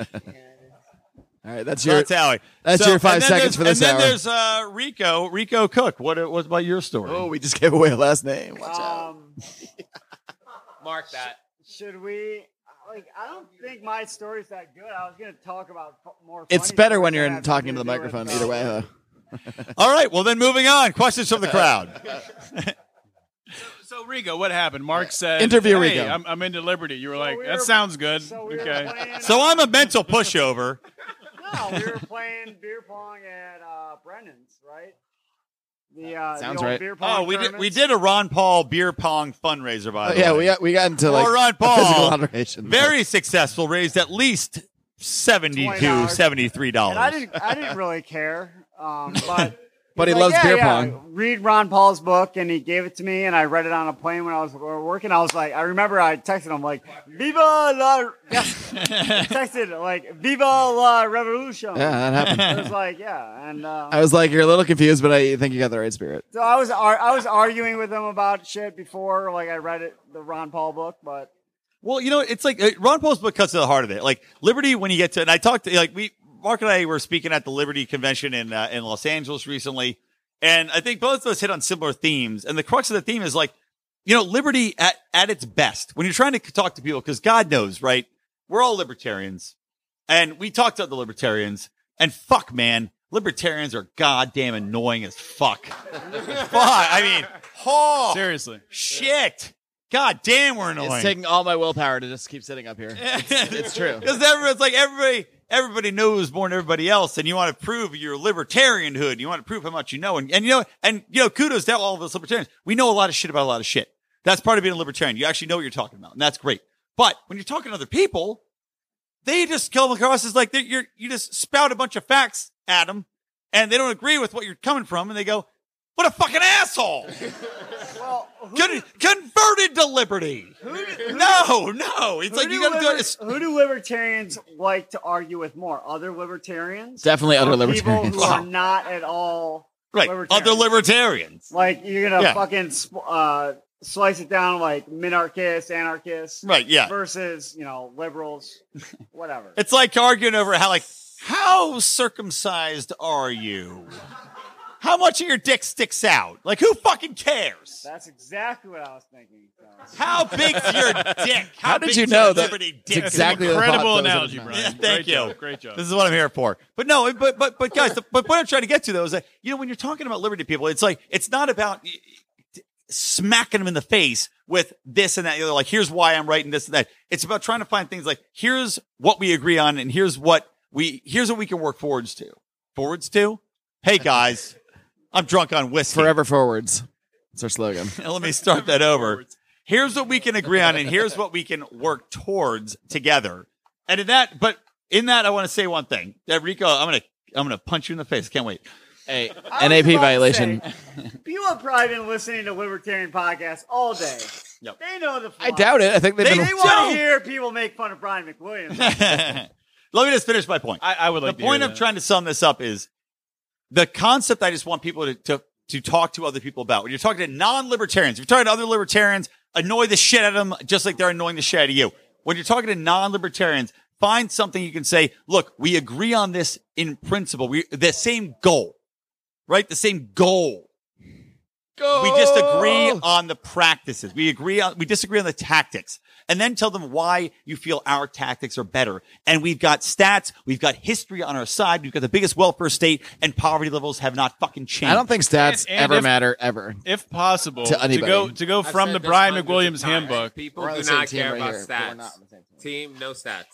Speaker 1: right, that's
Speaker 3: So
Speaker 1: your.
Speaker 3: that's Howie.
Speaker 1: that's your five
Speaker 3: and then there's-
Speaker 1: seconds for this
Speaker 3: And then
Speaker 1: hour.
Speaker 3: there's uh, Rico, Rico Cook. What what about your story?
Speaker 1: Oh, we just gave away a last name. Watch out.
Speaker 5: Um,
Speaker 7: Mark that.
Speaker 5: should we? Like, I don't think my story's that good. I was going to talk about f- more.
Speaker 1: It's
Speaker 5: funny
Speaker 1: better
Speaker 5: stuff
Speaker 1: when
Speaker 5: that
Speaker 1: you're
Speaker 5: has
Speaker 1: in talking to the
Speaker 5: do with,
Speaker 1: microphone.
Speaker 5: uh,
Speaker 1: Either way, huh?
Speaker 3: All right. Well, then moving on. Questions from the crowd.
Speaker 4: So Rigo, what happened? Mark said,
Speaker 1: Interview
Speaker 4: hey,
Speaker 1: Rigo."
Speaker 4: I'm, I'm into liberty." You were like,
Speaker 5: we
Speaker 4: "That
Speaker 5: were-
Speaker 4: sounds good."
Speaker 5: So we were
Speaker 4: okay.
Speaker 5: playing,
Speaker 3: So I'm a mental pushover.
Speaker 5: No, we were playing beer pong at uh, Brennan's, right? The uh, the
Speaker 1: Sounds
Speaker 5: old
Speaker 1: right.
Speaker 5: Beer pong
Speaker 3: Oh, we did we
Speaker 5: tournaments.
Speaker 3: did a Ron Paul beer pong fundraiser by
Speaker 1: Oh,
Speaker 3: the way.
Speaker 1: yeah, we got we got into like
Speaker 3: All right,
Speaker 1: a
Speaker 3: Paul.
Speaker 1: physical alteration.
Speaker 3: very successful, raised at least $72,
Speaker 5: $20.
Speaker 3: $73.
Speaker 5: And I didn't I didn't really care, um, but.
Speaker 1: But he
Speaker 5: He's
Speaker 1: loves
Speaker 5: like,
Speaker 1: beer
Speaker 5: "Yeah,
Speaker 1: pong.
Speaker 5: yeah, Read Ron Paul's book, and he gave it to me, and I read it on a plane when I was uh, working. I was like, I remember I texted him like, "Viva la!" Yeah. texted like, "Viva la revolution."
Speaker 1: Yeah, that happened.
Speaker 5: It was like, yeah, and uh,
Speaker 1: I was like, you're a little confused, but I think you got the right spirit.
Speaker 5: so I was ar- I was arguing with him about shit before, like I read it the Ron Paul book, but
Speaker 3: Well, you know, it's like uh, Ron Paul's book cuts to the heart of it. Like Liberty, when you get to, and I talked to, like we, Mark and I were speaking at the Liberty convention in uh, in Los Angeles recently, and I think both of us hit on similar themes. And the crux of the theme is like, you know, liberty at, at its best, when you're trying to talk to people, because God knows, right? We're all libertarians and we talked to the libertarians and fuck, man, libertarians are goddamn annoying as fuck. fuck. I mean, oh,
Speaker 4: Seriously.
Speaker 3: shit. God damn, we're annoying.
Speaker 8: It's taking all my willpower to just keep sitting up here. It's, it's true.
Speaker 3: Because everyone's like everybody everybody knows more than everybody else, and you want to prove your libertarianhood. You want to prove how much you know, and, and you know, and you know, kudos to all of us libertarians. We know a lot of shit about a lot of shit. That's part of being a libertarian. You actually know what you're talking about, and that's great. But when you're talking to other people, they just come across as like they're- you're you just spout a bunch of facts at them, and they don't agree with what you're coming from, and they go, "What a fucking asshole!" Con- converted to liberty. no, no. It's like you got to do it. It's-
Speaker 5: Who do libertarians like to argue with more? Other libertarians?
Speaker 1: Definitely other
Speaker 5: Or
Speaker 1: libertarians.
Speaker 5: People who are not at all
Speaker 3: Right. Other
Speaker 5: libertarians?
Speaker 3: libertarians.
Speaker 5: Like you're gonna
Speaker 3: Yeah.
Speaker 5: fucking sp- uh, slice it down like minarchists, anarchists,
Speaker 3: Right. Yeah.
Speaker 5: versus you know liberals, whatever.
Speaker 3: It's like arguing over how, like, how circumcised are you? How much of your dick sticks out? Like, who fucking cares?
Speaker 5: That's exactly what I was thinking. so.
Speaker 3: How big's your dick? How,
Speaker 1: did
Speaker 3: big's
Speaker 1: you know
Speaker 3: your
Speaker 1: that-
Speaker 3: liberty
Speaker 1: it's
Speaker 3: dick?
Speaker 1: exactly the thought that
Speaker 4: Incredible
Speaker 1: was in his
Speaker 4: analogy,
Speaker 1: mind.
Speaker 4: Brian.
Speaker 3: Yeah, thank
Speaker 4: Great
Speaker 3: you.
Speaker 4: Job. Great job.
Speaker 3: This is what I'm here for. But no, it- but but but guys, the, but what I'm trying to get to though is that you know when you're talking about liberty people, it's like it's not about y- y- smacking them in the face with this and that. You're like, here's why I'm right and this and that. It's about trying to find things like here's what we agree on and here's what we here's what we can work forwards to. Forwards to? Hey guys, I'm drunk on whiskey.
Speaker 1: Forever forwards. That's our slogan.
Speaker 3: Let me start that over. Here's what we can agree on, and here's what we can work towards together. And in that, but in that, I want to say one thing. That Rico, I'm gonna, I'm gonna punch you in the face. Can't wait.
Speaker 1: Hey,
Speaker 5: I was
Speaker 1: NAP
Speaker 5: about to
Speaker 1: violation.
Speaker 5: say, people have probably been listening to libertarian podcasts all day.
Speaker 3: Yep.
Speaker 5: They know the.
Speaker 1: I doubt it. I think they've
Speaker 3: They-
Speaker 1: been.
Speaker 5: They want
Speaker 3: Don't.
Speaker 5: to hear people make fun of Brian McWilliams.
Speaker 3: Let me just finish my point.
Speaker 4: I, I would like
Speaker 3: the
Speaker 4: to hear
Speaker 3: point of
Speaker 4: that.
Speaker 3: trying to sum this up is the concept I just want people to, to, to talk to other people about. When you're talking to non libertarians, if you're talking to other libertarians, annoy the shit out of them just like they're annoying the shit out of you. When you're talking to non libertarians, find something you can say, look, we agree on this in principle. We the same goal, right? The same goal. We just agree on the practices. We agree on we disagree on the tactics. And then tell them why you feel our tactics are better. And we've got stats, we've got history on our side, we've got the biggest welfare state, and poverty levels have not fucking changed.
Speaker 1: I don't think stats
Speaker 4: And- and
Speaker 1: ever
Speaker 4: if-
Speaker 1: matter ever.
Speaker 4: if possible,
Speaker 1: To
Speaker 4: to, go
Speaker 1: anybody.
Speaker 4: to go
Speaker 7: I've
Speaker 4: from
Speaker 7: said
Speaker 4: the
Speaker 7: this
Speaker 4: Brian
Speaker 7: hundreds
Speaker 4: McWilliams
Speaker 7: of times.
Speaker 4: handbook
Speaker 7: People
Speaker 1: on
Speaker 7: do
Speaker 1: the same
Speaker 7: not
Speaker 1: team
Speaker 7: care
Speaker 1: right
Speaker 7: about
Speaker 1: here, but we're not on
Speaker 7: stats. Team, no stats.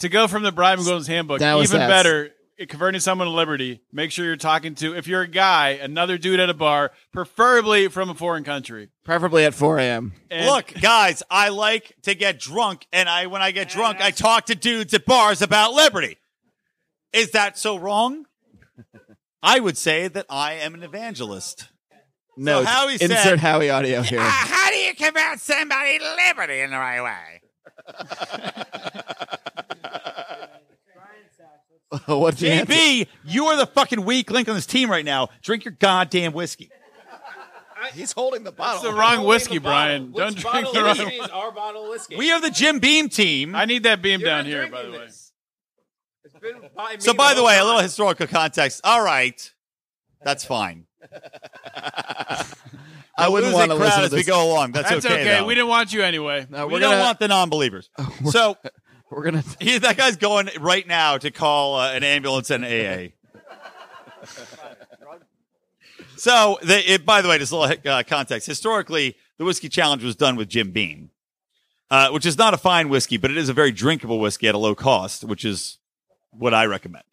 Speaker 4: to go from the Brian McWilliams handbook
Speaker 1: That was
Speaker 4: even
Speaker 1: that's-
Speaker 4: better. it- Converting someone to liberty, make sure you're talking to, if you're a guy, another dude at a bar, preferably from a foreign country.
Speaker 1: Preferably at 4 a.m.
Speaker 4: And-
Speaker 3: Look, guys, I like to get drunk, and I when I get drunk, I talk to dudes at bars about liberty. Is that so wrong? I would say that I am an evangelist.
Speaker 1: No, it's-
Speaker 3: Howie said-
Speaker 1: insert Howie audio here.
Speaker 3: how do you convert somebody to liberty in the right way?
Speaker 1: What's the answer?
Speaker 3: JB, you are the fucking weak link on this team right now. Drink your goddamn whiskey.
Speaker 1: He's holding the
Speaker 4: It's the
Speaker 1: bottle.
Speaker 4: wrong whiskey, Brian.
Speaker 7: Which
Speaker 4: Don't drink
Speaker 7: bottle
Speaker 4: the
Speaker 7: of
Speaker 4: wrong
Speaker 7: whiskey is our bottle of whiskey.
Speaker 3: We are the Jim Beam team.
Speaker 4: I need that beam down here, by the way.
Speaker 7: way.
Speaker 3: So, by the way, a little historical context. All right, that's fine. I
Speaker 1: wouldn't
Speaker 3: want
Speaker 1: wanna
Speaker 3: to
Speaker 1: listen to
Speaker 3: as we
Speaker 1: this.
Speaker 3: go along. That's,
Speaker 4: That's okay.
Speaker 3: though.
Speaker 4: We didn't want you anyway.
Speaker 1: No,
Speaker 3: We
Speaker 1: we're
Speaker 3: don't
Speaker 1: gonna
Speaker 3: want the non-believers. so
Speaker 1: we're gonna
Speaker 3: he, that guy's going right now to call uh, an ambulance and AA. so, the, it, by the way, just a little uh, context. Historically, the whiskey challenge was done with Jim Beam, uh, which is not a fine whiskey, but it is a very drinkable whiskey at a low cost, which is what I recommend.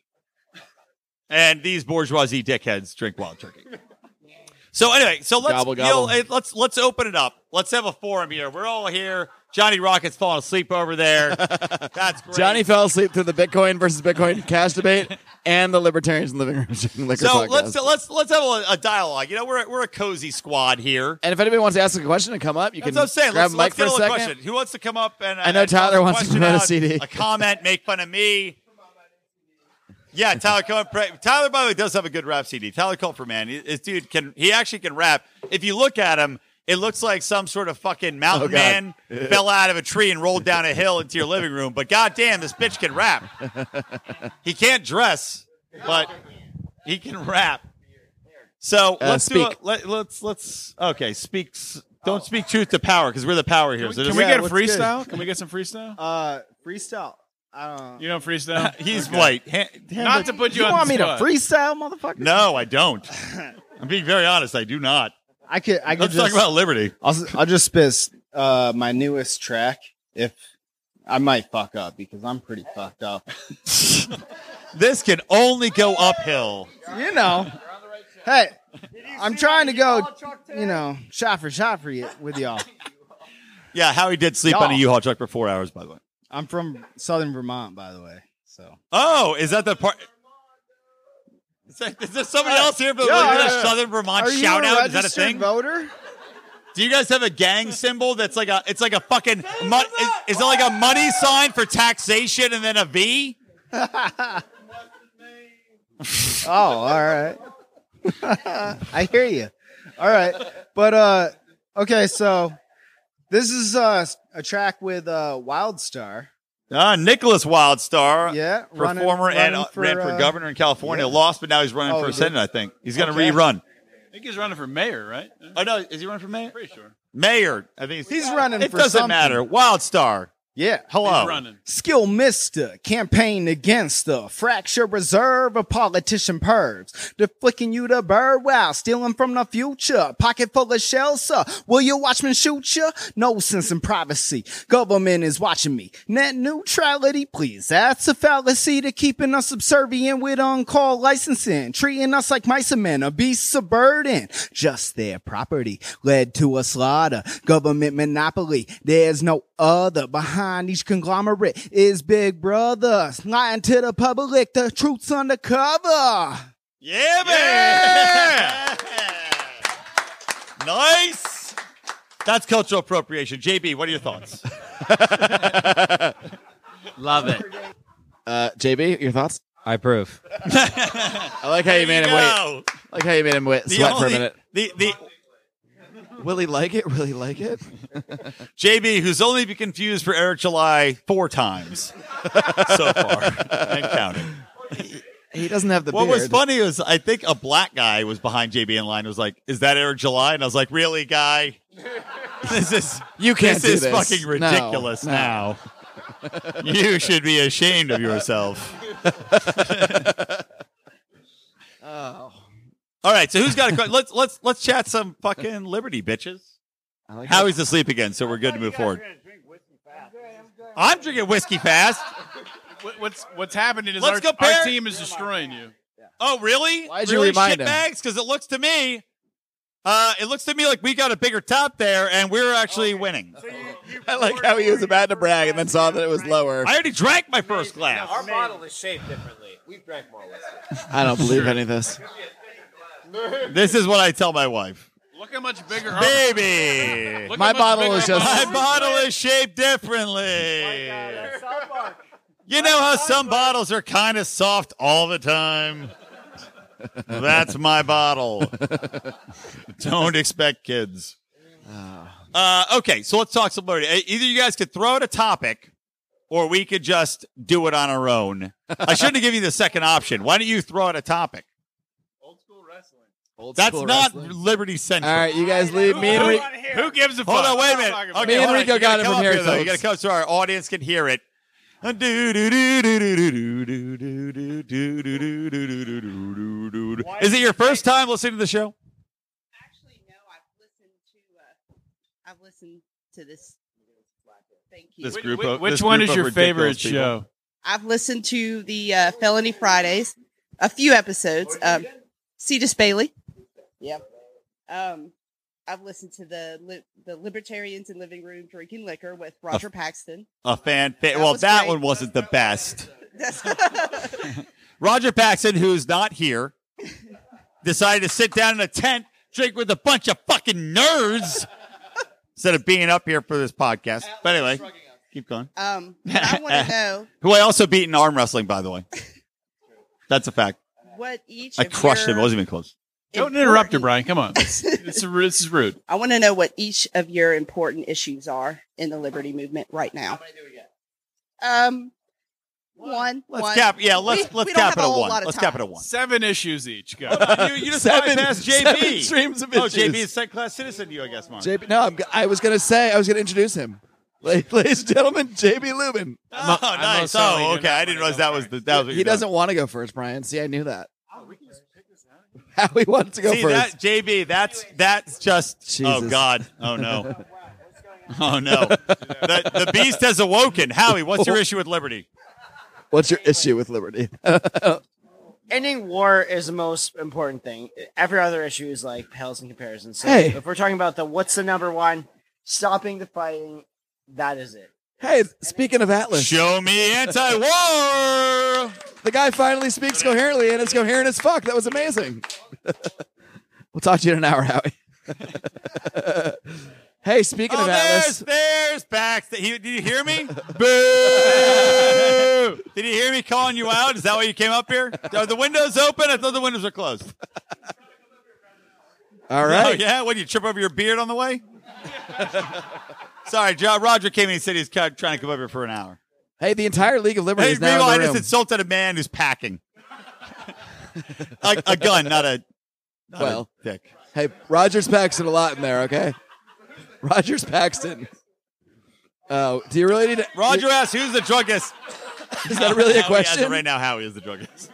Speaker 3: And these bourgeoisie dickheads drink wild turkey. So anyway, so let's
Speaker 1: Gobble, gobble.
Speaker 3: you know, let's let's open it up. Let's have a forum here. We're all here. Johnny Rocket's falling asleep over there. That's great.
Speaker 1: Johnny fell asleep through the Bitcoin versus Bitcoin cash debate and the libertarians in the living room drinking liquor
Speaker 3: So
Speaker 1: podcast.
Speaker 3: let's let's let's have a, a dialogue. You know, we're we're a cozy squad here.
Speaker 1: and if anybody wants to ask a question and come up, you
Speaker 3: That's
Speaker 1: can
Speaker 3: what I'm saying.
Speaker 1: grab
Speaker 3: Let's,
Speaker 1: a
Speaker 3: let's
Speaker 1: mic for
Speaker 3: get
Speaker 1: a
Speaker 3: a little
Speaker 1: second.
Speaker 3: question. Who wants to come up and uh,
Speaker 1: I know
Speaker 3: and toss
Speaker 1: Tyler
Speaker 3: a
Speaker 1: wants to
Speaker 3: question
Speaker 1: promote a
Speaker 3: out,
Speaker 1: CD.
Speaker 3: a comment, make fun of me. Yeah, Tyler Cohen. Pre- Tyler, by the way, does have a good rap CD. Tyler Culper, man, he- this dude can he actually can rap. If you look at him, it looks like some sort of fucking mountain
Speaker 1: Oh,
Speaker 3: man
Speaker 1: God.
Speaker 3: fell out of a tree and rolled down a hill into your living room. But goddamn, this bitch can rap. He can't dress, but he can rap. So let's do
Speaker 1: Uh, speak.
Speaker 3: a, let, let's let's okay. Speaks Don't speak truth to power because we're the power here. So
Speaker 4: Can
Speaker 3: just-
Speaker 4: we
Speaker 9: Yeah,
Speaker 4: get a
Speaker 9: what's good?
Speaker 4: freestyle? Can we get some freestyle?
Speaker 9: Uh, freestyle. I don't.
Speaker 4: You know freestyle.
Speaker 3: He's white. Han- Han-
Speaker 4: Not to put you,
Speaker 9: You
Speaker 4: on
Speaker 9: want
Speaker 4: the
Speaker 9: me to
Speaker 4: spot.
Speaker 9: freestyle, motherfucker?
Speaker 3: no, I don't. I'm being very honest. I do not.
Speaker 9: I could. I could
Speaker 3: Let's
Speaker 9: just.
Speaker 3: talk about liberty.
Speaker 9: I'll, s- I'll just spit uh, my newest track. If I might fuck up because I'm pretty fucked up.
Speaker 3: This can only go uphill.
Speaker 9: You know. Hey, I'm trying to go.
Speaker 5: truck today?
Speaker 9: You know, shot for shot for you with y'all.
Speaker 3: Yeah, Howie did sleep on a
Speaker 9: Y'all.
Speaker 3: U-Haul truck for four hours, by the way.
Speaker 9: I'm from Southern Vermont, by the way. So
Speaker 3: Oh, is that the part? Is, that, is there somebody else here for the
Speaker 9: yeah,
Speaker 3: League of
Speaker 9: yeah.
Speaker 3: Southern Vermont
Speaker 9: are you
Speaker 3: shout
Speaker 9: a
Speaker 3: out? Is
Speaker 9: registered
Speaker 3: that a thing?
Speaker 9: voter?
Speaker 3: Do you guys have a gang symbol that's like a it's like a fucking mu- is, is it like a money sign for taxation and then a V?
Speaker 9: Oh, all right. I hear you. All right, but uh, okay. So this is uh a track with uh Wildstar.
Speaker 3: Ah, Nicholas Wildstar,
Speaker 9: Yeah, running-
Speaker 3: performer and
Speaker 9: running
Speaker 3: uh, ran for
Speaker 9: uh,
Speaker 3: governor in California,
Speaker 9: yeah.
Speaker 3: lost, but now he's running
Speaker 9: Oh,
Speaker 3: for
Speaker 9: he did?
Speaker 3: senate. I think he's going to
Speaker 9: Okay.
Speaker 3: rerun.
Speaker 4: I think he's running for mayor, right?
Speaker 3: Oh no, is he running for mayor?
Speaker 4: Pretty sure.
Speaker 3: Mayor, I think
Speaker 9: He's running
Speaker 3: It
Speaker 9: for
Speaker 3: doesn't
Speaker 9: something.
Speaker 3: matter. Wildstar,
Speaker 9: Yeah.
Speaker 3: hello.
Speaker 4: He's running.
Speaker 9: Skill mister, campaign against the fracture reserve of politician pervs. Deflicking you to bird while stealing from the future. Pocket full of shells, sir. Will your watchman shoot ya? No sense in privacy. Government is watching me. Net neutrality, please. That's a fallacy to keeping us subservient with on-call licensing. Treating us like mice and men, a beast of burden. Just their property led to a slaughter. Government monopoly. There's no other behind each conglomerate is Big Brother lying to the public. The truth's undercover.
Speaker 3: Yeah, man. nice. That's cultural appropriation. JB, what are your thoughts?
Speaker 7: Love it.
Speaker 1: Uh, JB, your thoughts?
Speaker 7: I approve.
Speaker 1: I like how you made him wait.
Speaker 3: Go.
Speaker 1: I like how you made him wait.
Speaker 3: The
Speaker 1: Sweat for a
Speaker 3: only-
Speaker 1: minute.
Speaker 3: The, the
Speaker 1: Will he like it? Will he like it?
Speaker 3: JB, who's only been confused for Eric July four times so far, and counting.
Speaker 1: He doesn't have the
Speaker 3: What
Speaker 1: beard.
Speaker 3: was funny was I think a black guy was behind JB in line. and Was like, "Is that Eric July?" And I was like, "Really, guy? This is
Speaker 1: You can't
Speaker 3: this is
Speaker 1: do this.
Speaker 3: fucking
Speaker 1: No,
Speaker 3: ridiculous
Speaker 1: no.
Speaker 3: now. you should be ashamed of yourself."
Speaker 5: Oh.
Speaker 3: All right, so who's got a question? Let's let's let's chat some fucking liberty, bitches.
Speaker 1: I like
Speaker 3: Howie's asleep again, so we're good to move forward. I'm drinking whiskey fast.
Speaker 4: What, what's what's happening is
Speaker 3: Let's
Speaker 4: our,
Speaker 3: compare-
Speaker 4: our team is destroying you.
Speaker 3: Oh, really?
Speaker 1: Why'd you
Speaker 3: really
Speaker 1: remind
Speaker 3: shit
Speaker 1: him?
Speaker 3: bags? Because it looks to me, uh, it looks to me like we got a bigger top there, and we're actually winning.
Speaker 1: I like how he was about to brag and then saw that it was lower.
Speaker 3: I already drank my first glass.
Speaker 5: Our bottle
Speaker 7: is shaped differently. We've drank more
Speaker 1: I don't believe any of this.
Speaker 3: This is what I tell my wife,
Speaker 4: Look how much bigger. our-
Speaker 3: baby.
Speaker 4: look how
Speaker 1: My
Speaker 4: much
Speaker 1: bottle
Speaker 4: bigger
Speaker 1: is
Speaker 4: our-
Speaker 1: just-
Speaker 3: My bottle is shaped differently.
Speaker 5: South Park.
Speaker 3: You know how some bottles are kind of soft all the time? That's my bottle. Don't expect kids. Uh, okay, so let's talk some liberty. E- Either you guys could throw out a topic or we could just do it on our own. I shouldn't have given you the second option. Why don't you throw out a topic?
Speaker 1: Old
Speaker 3: That's
Speaker 1: school
Speaker 3: not
Speaker 1: wrestling.
Speaker 3: liberty central.
Speaker 1: All right, you guys leave. Me and
Speaker 4: Who-
Speaker 1: Rick.
Speaker 4: Who gives a fuck?
Speaker 3: Hold on, wait a
Speaker 4: What are you
Speaker 3: minute.
Speaker 4: talking about?
Speaker 1: Me and
Speaker 3: hold on.
Speaker 1: Rico
Speaker 3: You
Speaker 1: got
Speaker 3: gotta
Speaker 1: it
Speaker 3: come
Speaker 1: from
Speaker 3: up
Speaker 1: here,
Speaker 3: though. You
Speaker 1: folks.
Speaker 3: got to come so our audience can hear it. Do, do, do, do, do, do, do, do, do, do, do, do, do, do, do, do, do. Is it your first time listening to the show?
Speaker 6: Actually, no. I've listened to. Uh, I've listened to this. Thank you.
Speaker 3: This
Speaker 4: Wh-
Speaker 3: group
Speaker 4: wh-
Speaker 3: of-
Speaker 4: which
Speaker 3: this
Speaker 4: one
Speaker 3: group
Speaker 4: is
Speaker 3: of
Speaker 4: your favorite
Speaker 3: ridiculous people.
Speaker 4: show?
Speaker 6: I've listened to the uh, Felony Fridays, a few episodes. Um, Cetus Bailey. Yep. Um, I've listened to the li- the Libertarians in Living Room Drinking Liquor with Roger Paxton.
Speaker 3: A fan fa- Well,
Speaker 6: was
Speaker 3: that
Speaker 6: great.
Speaker 3: one wasn't the best.
Speaker 6: That's
Speaker 3: Roger Paxson, who's not here, decided to sit down in a tent, drink with a bunch of fucking nerds instead of being up here for this podcast. But anyway, keep going.
Speaker 6: um, I want to know
Speaker 3: Who I also beat in arm wrestling, by the way. That's a fact.
Speaker 6: what each.
Speaker 3: I
Speaker 6: of
Speaker 3: crushed
Speaker 6: your
Speaker 3: him. It wasn't even close.
Speaker 4: Don't interrupt her,
Speaker 6: important-
Speaker 4: Brian. Come on. this, is, rude- this is rude.
Speaker 6: I want to know what each of your important issues are in the liberty movement right now. Um, One.
Speaker 3: Let's
Speaker 6: one.
Speaker 3: cap. Yeah, let's
Speaker 6: We-
Speaker 3: let's
Speaker 6: we don't
Speaker 3: cap
Speaker 6: have
Speaker 3: it
Speaker 6: a
Speaker 3: at
Speaker 6: whole
Speaker 3: one.
Speaker 6: lot of
Speaker 3: Let's
Speaker 6: time.
Speaker 3: cap it at one.
Speaker 4: Seven issues each. Guys.
Speaker 3: Oh, You, you just seven, bypassed JB.
Speaker 1: seven streams of
Speaker 3: oh,
Speaker 1: issues.
Speaker 3: JB is second class citizen. You, I guess, Mark.
Speaker 1: JB, no, I'm, g- I was gonna say I was gonna introduce him, like, ladies and gentlemen, JB Lubin.
Speaker 3: oh, nice. Oh, okay. I didn't realize that was the that was. what
Speaker 1: He
Speaker 3: you're doing.
Speaker 1: doesn't want to go first, Brian. See, I knew that. Howie wants to go
Speaker 3: See
Speaker 1: first.
Speaker 3: that JB? That's that's just. Oh
Speaker 1: Jesus.
Speaker 3: God. Oh no. Oh no. The, the beast has awoken. Howie, what's
Speaker 1: Oh.
Speaker 3: your issue with liberty?
Speaker 1: What's your issue with Liberty?
Speaker 10: ending war is the most important thing. Every other issue is like pales in comparison. So
Speaker 1: Hey.
Speaker 10: if we're talking about the what's the number one, stopping the fighting, that is it.
Speaker 1: hey, speaking of Atlas,
Speaker 3: Show me anti-war.
Speaker 1: the guy finally speaks coherently, and it's coherent as fuck. That was amazing. we'll talk to you in an hour, Howie. hey, speaking
Speaker 3: Oh,
Speaker 1: of
Speaker 3: there's,
Speaker 1: Atlas,
Speaker 3: there's Bax. Did you, did you hear me? Boo! Did you hear me calling you out? Is that why you came up here? Are the windows open? I thought the windows were closed.
Speaker 1: all
Speaker 3: Oh,
Speaker 1: right.
Speaker 3: yeah? What, you trip over your beard on the way? Sorry, Jo- Roger came in and said he's ca- trying to come up here for an hour.
Speaker 1: Hey, the entire League of Liberty
Speaker 3: Hey,
Speaker 1: is now
Speaker 3: meanwhile, I
Speaker 1: in the
Speaker 3: just
Speaker 1: room.
Speaker 3: insulted a man who's packing. like a gun, not a, not a
Speaker 1: Well.
Speaker 3: dick.
Speaker 1: Hey, Rogers Paxton a lot in there, okay? Rogers Paxton. Oh, do you really need to,
Speaker 3: Roger asked, who's the druggist?
Speaker 1: Is that really a
Speaker 3: Howie has it
Speaker 1: question?
Speaker 3: Right now, Howie is the druggist.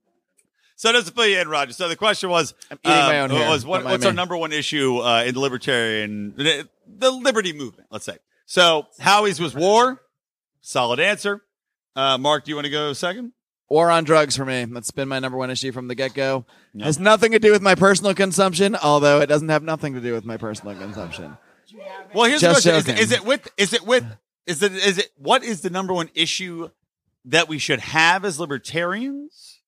Speaker 3: so just to fill you in, Roger. So the question was, um,
Speaker 1: eating my own hair.
Speaker 3: was what,
Speaker 1: Don't mind
Speaker 3: what's
Speaker 1: me.
Speaker 3: our number one issue uh, in the libertarian, the, the liberty movement? Let's say. So Howie's was war. Solid answer. Uh, Mark, do you want to go second?
Speaker 1: War on drugs for me. That's been my number one issue from the get go. Has nothing to do with my personal consumption, although it doesn't have nothing to do with my personal consumption.
Speaker 3: Well, here's
Speaker 1: Just
Speaker 3: the question:
Speaker 1: joking.
Speaker 3: is, is it with? Is it with? Is it? Is it? What is the number one issue that we should have as libertarians?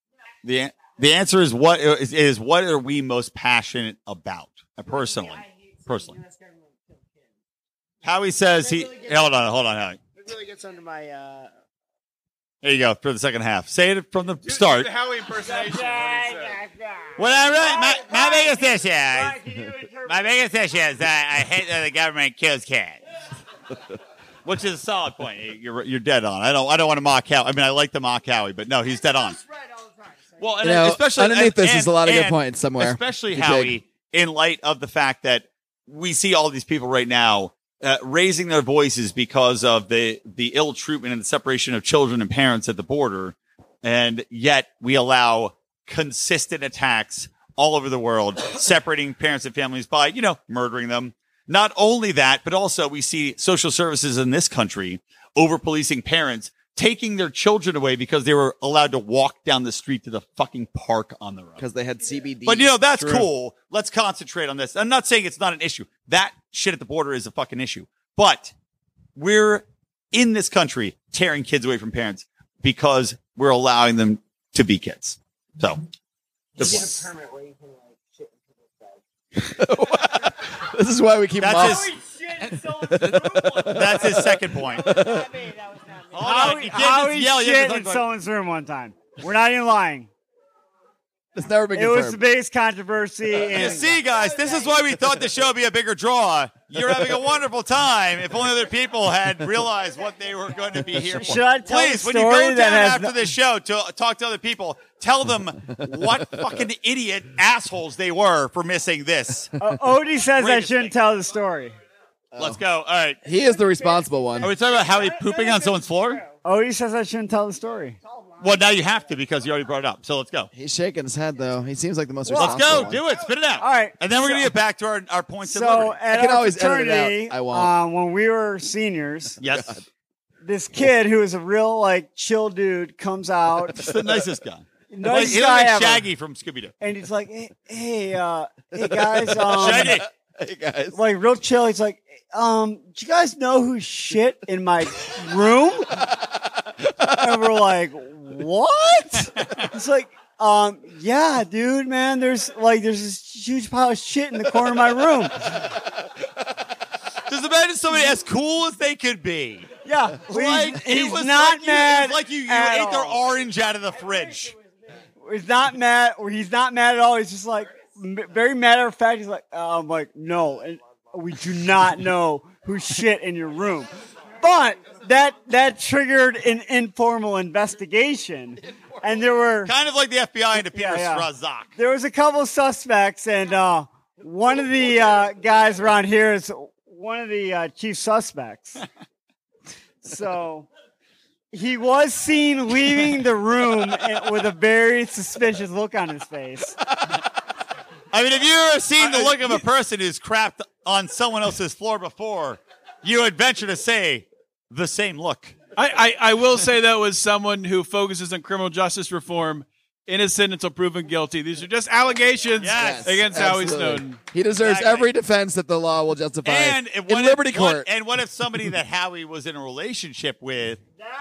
Speaker 3: The an- the answer is what is, is what are we most passionate about uh, personally? Personally, Howie says he. Hold on, hold on, Howie.
Speaker 10: It really gets under my. Uh,
Speaker 3: There you go for the second half. Say it from the start.
Speaker 4: The Howie impersonation.
Speaker 3: Well, all right, my, my biggest issue is
Speaker 5: Can you interpret-
Speaker 3: my biggest issue is that I hate that the government kills cats. Which is a solid point. You're you're dead on. I don't I don't want to mock Howie. I mean, I like to mock Howie, but no, he's dead on. Well, and
Speaker 1: You know,
Speaker 3: especially
Speaker 1: underneath
Speaker 3: and-
Speaker 1: this is a lot of good
Speaker 3: and
Speaker 1: points somewhere.
Speaker 3: Especially
Speaker 1: You dig.
Speaker 3: Howie, in light of the fact that we see all these people right now uh, raising their voices because of the the ill treatment and the separation of children and parents at the border, and yet we allow consistent attacks all over the world, separating parents and families by you know murdering them. Not only that, but also we see social services in this country over policing parents taking their children away because they were allowed to walk down the street to the fucking park on their own.
Speaker 1: Because they had CBD.
Speaker 3: But you know, that's cool. Let's concentrate on this. I'm not saying it's not an issue. That shit at the border is a fucking issue. But we're in this country tearing kids away from parents because we're allowing them to be kids. So just one.
Speaker 1: this is why we keep them
Speaker 3: that's
Speaker 1: off.
Speaker 3: his that's his second point. Hold on, you can't just
Speaker 5: Howie
Speaker 3: yell, you have to
Speaker 5: shit in
Speaker 3: talk about-
Speaker 5: someone's room one time. We're not even lying.
Speaker 1: It's never been
Speaker 5: It was the
Speaker 1: confirmed.
Speaker 5: biggest controversy.
Speaker 3: Uh, You
Speaker 5: in
Speaker 3: see, guys, this is why we thought the show would be a bigger draw. You're having a wonderful time. If only other people had realized what they were going to be here for.
Speaker 5: Should I tell
Speaker 3: Please,
Speaker 5: the
Speaker 3: when you
Speaker 5: story
Speaker 3: go
Speaker 5: that
Speaker 3: down
Speaker 5: has
Speaker 3: after
Speaker 5: no-
Speaker 3: this show to talk to other people, tell them what fucking idiot assholes they were for missing this.
Speaker 5: Uh, Odie says I
Speaker 3: Greatest
Speaker 5: shouldn't tell the story.
Speaker 3: Let's go. All right.
Speaker 1: He is the responsible one.
Speaker 3: Are we talking about how he pooping on someone's floor?
Speaker 5: Odie says I shouldn't tell the story.
Speaker 3: Well, now you have to because you already brought it up. So let's go.
Speaker 1: He's shaking his head, though. He seems like the most
Speaker 3: Let's go.
Speaker 1: responsible one.
Speaker 3: Do it. Spit it out.
Speaker 5: All right.
Speaker 3: And then we're going to get back to our, our points of
Speaker 5: So
Speaker 3: liberty.
Speaker 5: at
Speaker 1: I can
Speaker 5: our
Speaker 1: always edit it out.
Speaker 5: fraternity,
Speaker 1: I won't.
Speaker 5: uh, when we were seniors,
Speaker 3: Yes.
Speaker 5: this kid who is a real like chill dude comes out,
Speaker 3: He's the nicest guy.
Speaker 5: nice
Speaker 3: he looks
Speaker 5: guy
Speaker 3: like
Speaker 5: ever,
Speaker 3: Shaggy from Scooby Doo.
Speaker 5: and he's like, "Hey, hey, uh, hey guys, um,
Speaker 3: Shaggy.
Speaker 1: Hey, guys.
Speaker 5: like real chill." He's like, um, "Do you guys know who shit in my room?" and we're like, "What?" It's like. Um, yeah, dude, man, there's like, there's this huge pile of shit in the corner of my room.
Speaker 3: Just imagine somebody as cool as they could be.
Speaker 5: Yeah,
Speaker 3: Like,
Speaker 5: he's, he's
Speaker 3: it was
Speaker 5: not
Speaker 3: like You, it
Speaker 5: mad.
Speaker 3: was like you, you
Speaker 5: at
Speaker 3: ate their
Speaker 5: all.
Speaker 3: orange out of the fridge.
Speaker 5: He's not mad, or he's not mad at all. He's just like m- very matter of fact. He's like, uh, I'm like, no, and we do not know who shit in your room. But that that triggered an informal investigation, and there were
Speaker 3: Kind of like the FBI into Peter
Speaker 5: yeah.
Speaker 3: Strzok.
Speaker 5: there was a couple suspects, and uh, one of the uh, guys around here is one of the uh, chief suspects. So he was seen leaving the room and- with a very suspicious look on his face.
Speaker 3: I mean, if you ever seen the look of a person who's crapped on someone else's floor before, you would venture to say the same look.
Speaker 4: I, I, I will say that was someone who focuses on criminal justice reform, innocent until proven guilty. These are just allegations
Speaker 3: Yes.
Speaker 4: against Howie
Speaker 1: Absolutely.
Speaker 4: Snowden.
Speaker 1: He deserves
Speaker 3: Exactly.
Speaker 1: every defense that the law will justify
Speaker 3: And if,
Speaker 1: in
Speaker 3: what
Speaker 1: Liberty
Speaker 3: if,
Speaker 1: Court.
Speaker 3: What, and what if somebody that Howie was in a relationship with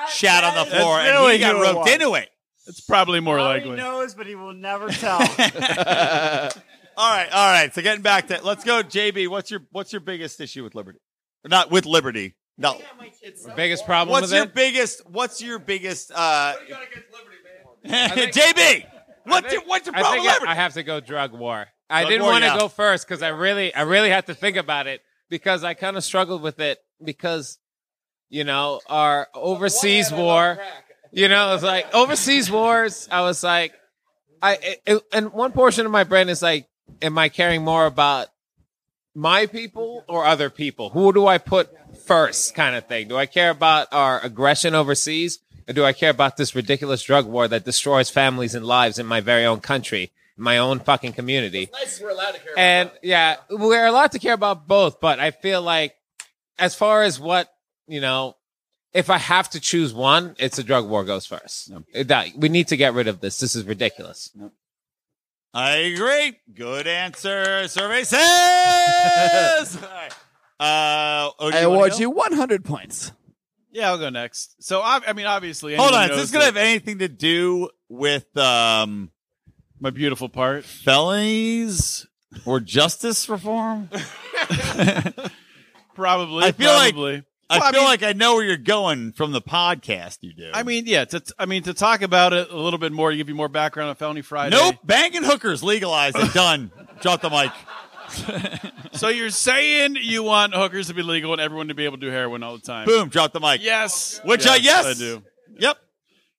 Speaker 3: shat on the
Speaker 5: that's
Speaker 3: floor and
Speaker 5: really
Speaker 3: he got
Speaker 5: who it
Speaker 3: roped
Speaker 5: was.
Speaker 3: into it?
Speaker 4: It's probably more
Speaker 5: He
Speaker 4: likely.
Speaker 5: knows, but he will never tell.
Speaker 3: All right, all right. So getting back to let's go, JB. What's your what's your biggest issue with Liberty? Or Not with Liberty. No.
Speaker 7: Biggest problem
Speaker 3: What's
Speaker 7: with
Speaker 3: your
Speaker 7: it?
Speaker 3: biggest? What's your biggest? Uh, JB, what's your what's your
Speaker 7: I
Speaker 3: problem
Speaker 7: think
Speaker 3: with
Speaker 7: I,
Speaker 3: Liberty?
Speaker 7: I have to go drug war. I
Speaker 3: Drug
Speaker 7: didn't
Speaker 3: war,
Speaker 7: want to
Speaker 3: yeah.
Speaker 7: go first because I really, I really had to think about it because I kind of struggled with it because, you know, our overseas war, you know, it's like overseas wars. I was like, I, it, it- and one portion of my brain is like, am I caring more about my people or other people? Who do I put first kind of thing? Do I care about our aggression overseas? Or do I care about this ridiculous drug war that destroys families and lives in my very own country, in my own fucking community?
Speaker 8: Nice, we're allowed to care.
Speaker 7: And yeah, we're allowed to care about both, but I feel like as far as what, you know, if I have to choose one, it's the drug war goes first. It- that- we need to get rid of this. This is ridiculous.
Speaker 3: I agree. Good answer. Survey says. All right. Uh, oh, do
Speaker 1: I
Speaker 3: you wanna
Speaker 1: award
Speaker 3: go?
Speaker 1: you 100 points.
Speaker 4: Yeah, I'll go next. So, I, I mean, obviously.
Speaker 3: Hold
Speaker 4: anyone
Speaker 3: on. Is
Speaker 4: knows
Speaker 3: this going to
Speaker 4: that-
Speaker 3: have anything to do with um,
Speaker 4: my beautiful part?
Speaker 3: felonies or justice reform?
Speaker 4: Probably.
Speaker 3: I feel like-
Speaker 4: probably.
Speaker 3: I
Speaker 4: Well, I
Speaker 3: feel
Speaker 4: mean-
Speaker 3: like I know where you're going from the podcast you do.
Speaker 4: I mean, yeah. To, I mean, to talk about it a little bit more, give you more background on Felony Friday.
Speaker 3: nope. Banging hookers legalized and done. Drop the mic.
Speaker 4: So you're saying you want hookers to be legal and everyone to be able to do heroin all the time?
Speaker 3: Boom. Drop the mic.
Speaker 4: Yes.
Speaker 3: Which I yes
Speaker 4: I do.
Speaker 3: Yep.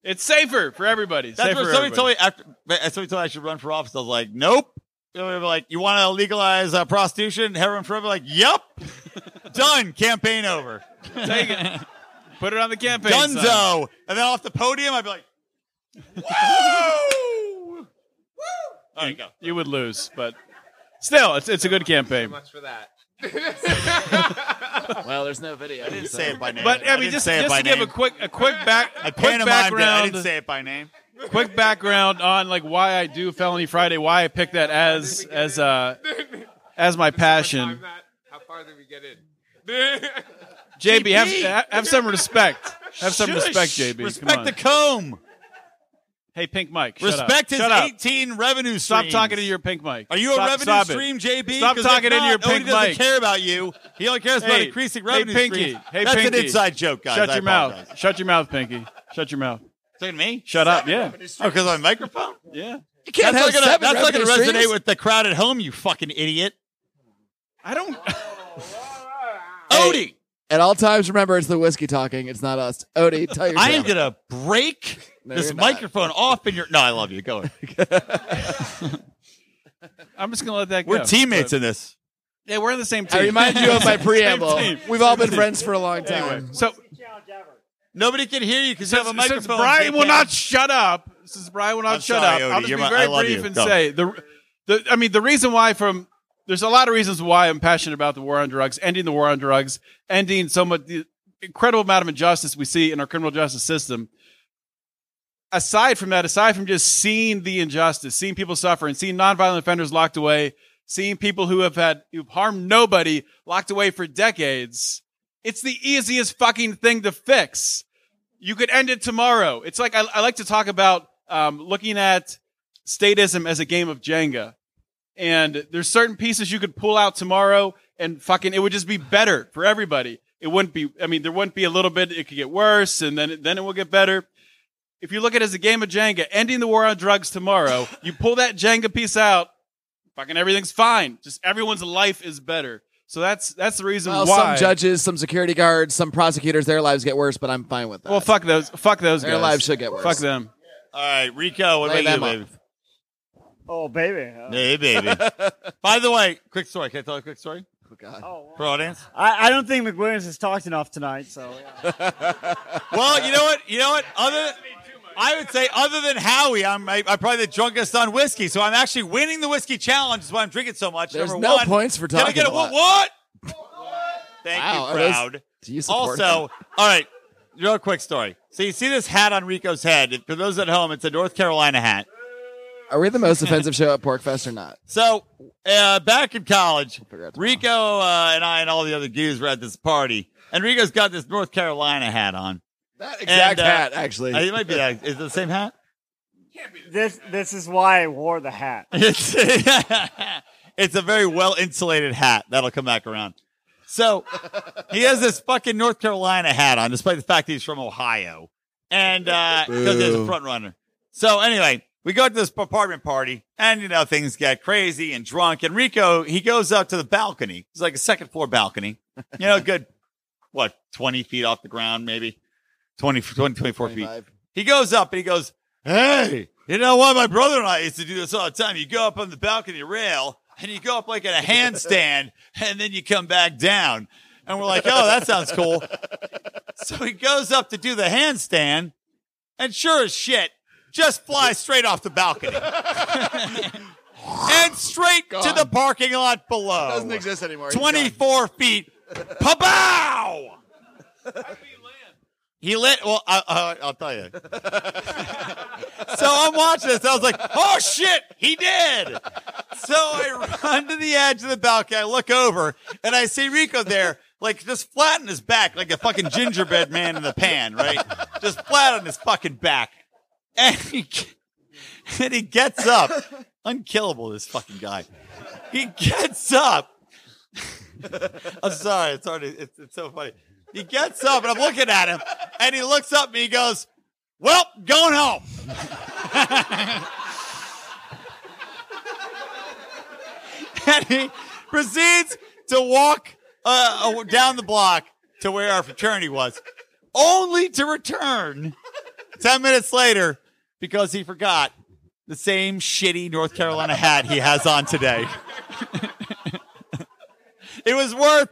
Speaker 4: It's safer for everybody.
Speaker 3: That's
Speaker 4: safer
Speaker 3: what
Speaker 4: for
Speaker 3: somebody told
Speaker 4: everybody.
Speaker 3: me after. Somebody told me I should run for office. I was like, nope. They were like, you want to legalize uh, prostitution, heroin forever? Like, yep. Done. Campaign over.
Speaker 4: Take it. Put it on the campaign.
Speaker 3: Dunzo.
Speaker 4: sign.
Speaker 3: And then off the podium, I'd be like, whoa. Woo. All right, go.
Speaker 4: You would lose, but still, it's it's a good campaign.
Speaker 7: for that.
Speaker 8: Well, there's no video.
Speaker 3: I didn't say it by name.
Speaker 4: But I mean,
Speaker 3: didn't
Speaker 4: just,
Speaker 3: say it
Speaker 4: just
Speaker 3: by
Speaker 4: to give a
Speaker 3: name.
Speaker 4: quick a quick back
Speaker 3: I
Speaker 4: quick
Speaker 3: pantomimed it. I
Speaker 4: background
Speaker 3: didn't say it by name.
Speaker 4: quick background on like why I do Felony Friday, why I picked that as as uh as my passion.
Speaker 7: How far did we get in?
Speaker 4: JB, have have some respect. Have some respect, JB. Come
Speaker 3: Respect
Speaker 4: on.
Speaker 3: the comb.
Speaker 4: hey, Pink Mike. shut up.
Speaker 3: Respect his
Speaker 4: Shut up.
Speaker 3: 18 revenue
Speaker 4: Stop
Speaker 3: streams.
Speaker 4: talking to your Pink Mike.
Speaker 3: Are you a
Speaker 4: Stop-
Speaker 3: revenue
Speaker 4: stop it.
Speaker 3: stream, JB?
Speaker 4: Stop
Speaker 3: 'Cause if
Speaker 4: talking into
Speaker 3: not,
Speaker 4: your
Speaker 3: Odie
Speaker 4: pink
Speaker 3: doesn't
Speaker 4: mic.
Speaker 3: care about you. He only cares about
Speaker 4: Hey,
Speaker 3: increasing
Speaker 4: hey,
Speaker 3: revenue
Speaker 4: Pinky.
Speaker 3: streams.
Speaker 4: Hey,
Speaker 3: That's
Speaker 4: Pinky.
Speaker 3: an inside joke, guys.
Speaker 4: Shut
Speaker 3: I
Speaker 4: your mouth.
Speaker 3: apologize.
Speaker 4: Shut your mouth, Pinky. Shut your mouth.
Speaker 3: Talking to me?
Speaker 4: Shut up. Yeah.
Speaker 3: Oh, because I'm a microphone?
Speaker 4: Yeah.
Speaker 1: You can't
Speaker 3: that's not
Speaker 1: have
Speaker 3: gonna,
Speaker 1: seven
Speaker 3: that's not gonna
Speaker 1: revenue
Speaker 3: resonate
Speaker 1: streams.
Speaker 3: with the crowd at home, you fucking idiot.
Speaker 4: I don't
Speaker 3: Odie,
Speaker 1: At all times, remember it's the whiskey talking. It's not us. Odie, tell yourself.
Speaker 3: I am gonna break
Speaker 1: No,
Speaker 3: this
Speaker 1: you're not.
Speaker 3: microphone off in your No, I love you. Go ahead.
Speaker 4: I'm just gonna let that go.
Speaker 3: We're teammates in this.
Speaker 4: Yeah, we're in the same team.
Speaker 1: I remind you of my preamble.
Speaker 4: Same team.
Speaker 1: We've all been friends for a long time.
Speaker 4: So
Speaker 3: Nobody can hear you because you have a microphone.
Speaker 4: since Brian will
Speaker 3: Big
Speaker 4: not
Speaker 3: Cat.
Speaker 4: shut up, since Brian will not
Speaker 3: I'm
Speaker 4: shut
Speaker 3: sorry,
Speaker 4: up,
Speaker 3: Odie.
Speaker 4: I'll just
Speaker 3: You're
Speaker 4: be
Speaker 3: my- I
Speaker 4: very
Speaker 3: love
Speaker 4: brief
Speaker 3: you.
Speaker 4: and
Speaker 3: Go.
Speaker 4: say the, the. I mean, the reason why from there's a lot of reasons why I'm passionate about the war on drugs, ending the war on drugs, ending so much the incredible amount of injustice we see in our criminal justice system. Aside from that, aside from just seeing the injustice, seeing people suffer, and seeing nonviolent offenders locked away, seeing people who have had who've harmed nobody locked away for decades, it's the easiest fucking thing to fix you could end it tomorrow. It's like I, I like to talk about um, looking at statism as a game of Jenga, and there's certain pieces you could pull out tomorrow, and fucking it would just be better for everybody. It wouldn't be. I mean, there wouldn't be a little bit. It could get worse, and then then it will get better. If you look at it as a game of Jenga, ending the war on drugs tomorrow, you pull that Jenga piece out, fucking everything's fine. Just everyone's life is better. So that's that's the reason
Speaker 1: Well,
Speaker 4: why.
Speaker 1: some judges, some security guards, some prosecutors, their lives get worse, but I'm fine with that.
Speaker 4: well, fuck those. Fuck those
Speaker 1: Their
Speaker 4: guys.
Speaker 1: lives should get worse.
Speaker 4: Fuck them.
Speaker 3: All right, Rico, what
Speaker 1: Lay
Speaker 3: about you,
Speaker 1: them
Speaker 3: baby?
Speaker 5: Oh, baby. Uh,
Speaker 3: Hey, baby. By the way, quick story. Can I tell a quick story
Speaker 1: Oh,
Speaker 3: for audience?
Speaker 5: I, I don't think McWilliams has talked enough tonight, so. yeah.
Speaker 3: Well, you know what? You know what? Other, I would say other than Howie, I'm I, I'm probably the drunkest on whiskey. So I'm actually winning the whiskey challenge. Is why I'm drinking so much.
Speaker 1: There's
Speaker 3: Number
Speaker 1: no
Speaker 3: one.
Speaker 1: points for
Speaker 3: Can I
Speaker 1: talking
Speaker 3: get a
Speaker 1: a lot.
Speaker 3: what? what? Thank
Speaker 1: Wow,
Speaker 3: you,
Speaker 1: are those-
Speaker 3: crowd.
Speaker 1: Do you support
Speaker 3: Also,
Speaker 1: them?
Speaker 3: all right, real quick story. So you see this hat on Rico's head. For those at home, it's a North Carolina hat.
Speaker 1: Are we the most offensive show at Porkfest or not?
Speaker 3: So uh, back in college,
Speaker 1: figure out tomorrow.
Speaker 3: Rico uh, and I and all the other dudes were at this party, and Rico's got this North Carolina hat on.
Speaker 1: That
Speaker 3: exact hat,
Speaker 1: actually.
Speaker 3: Uh, It might be that. Is it the same hat?
Speaker 5: This this is why I wore the hat.
Speaker 3: It's it's a very well insulated hat that'll come back around. So he has this fucking North Carolina hat on, despite the fact that he's from Ohio, and because he's a
Speaker 1: Boo.
Speaker 3: front runner. So anyway, we go to this apartment party, and you know things get crazy and drunk. And Rico he goes up to the balcony. It's like a second floor balcony, you know, good what twenty feet off the ground, maybe 20, 20 24 feet. He goes up and he goes, Hey, you know what? My brother and I used to do this all the time. You go up on the balcony rail and you go up like in a handstand and then you come back down. And we're like, Oh, that sounds cool. So he goes up to do the handstand and sure as shit, just flies straight off the balcony and straight to
Speaker 1: Gone.
Speaker 3: the parking lot below.
Speaker 1: Doesn't exist anymore.
Speaker 3: 24 feet. Pabow! He lit. Well, I, I, I'll tell you. so I'm watching this. I was like, "Oh shit, he did!" So I run to the edge of the balcony. I look over and I see Rico there, like just flat on his back, like a fucking gingerbread man in the pan, right? Just flat on his fucking back, and he g- and he gets up, unkillable. This fucking guy. He gets up. I'm sorry. It's already. It's, it's so funny. He gets up and I'm looking at him, and he looks up and he goes, "Well, going home." and he proceeds to walk uh, uh, down the block to where our fraternity was, only to return ten minutes later because he forgot the same shitty North Carolina hat he has on today. It was worth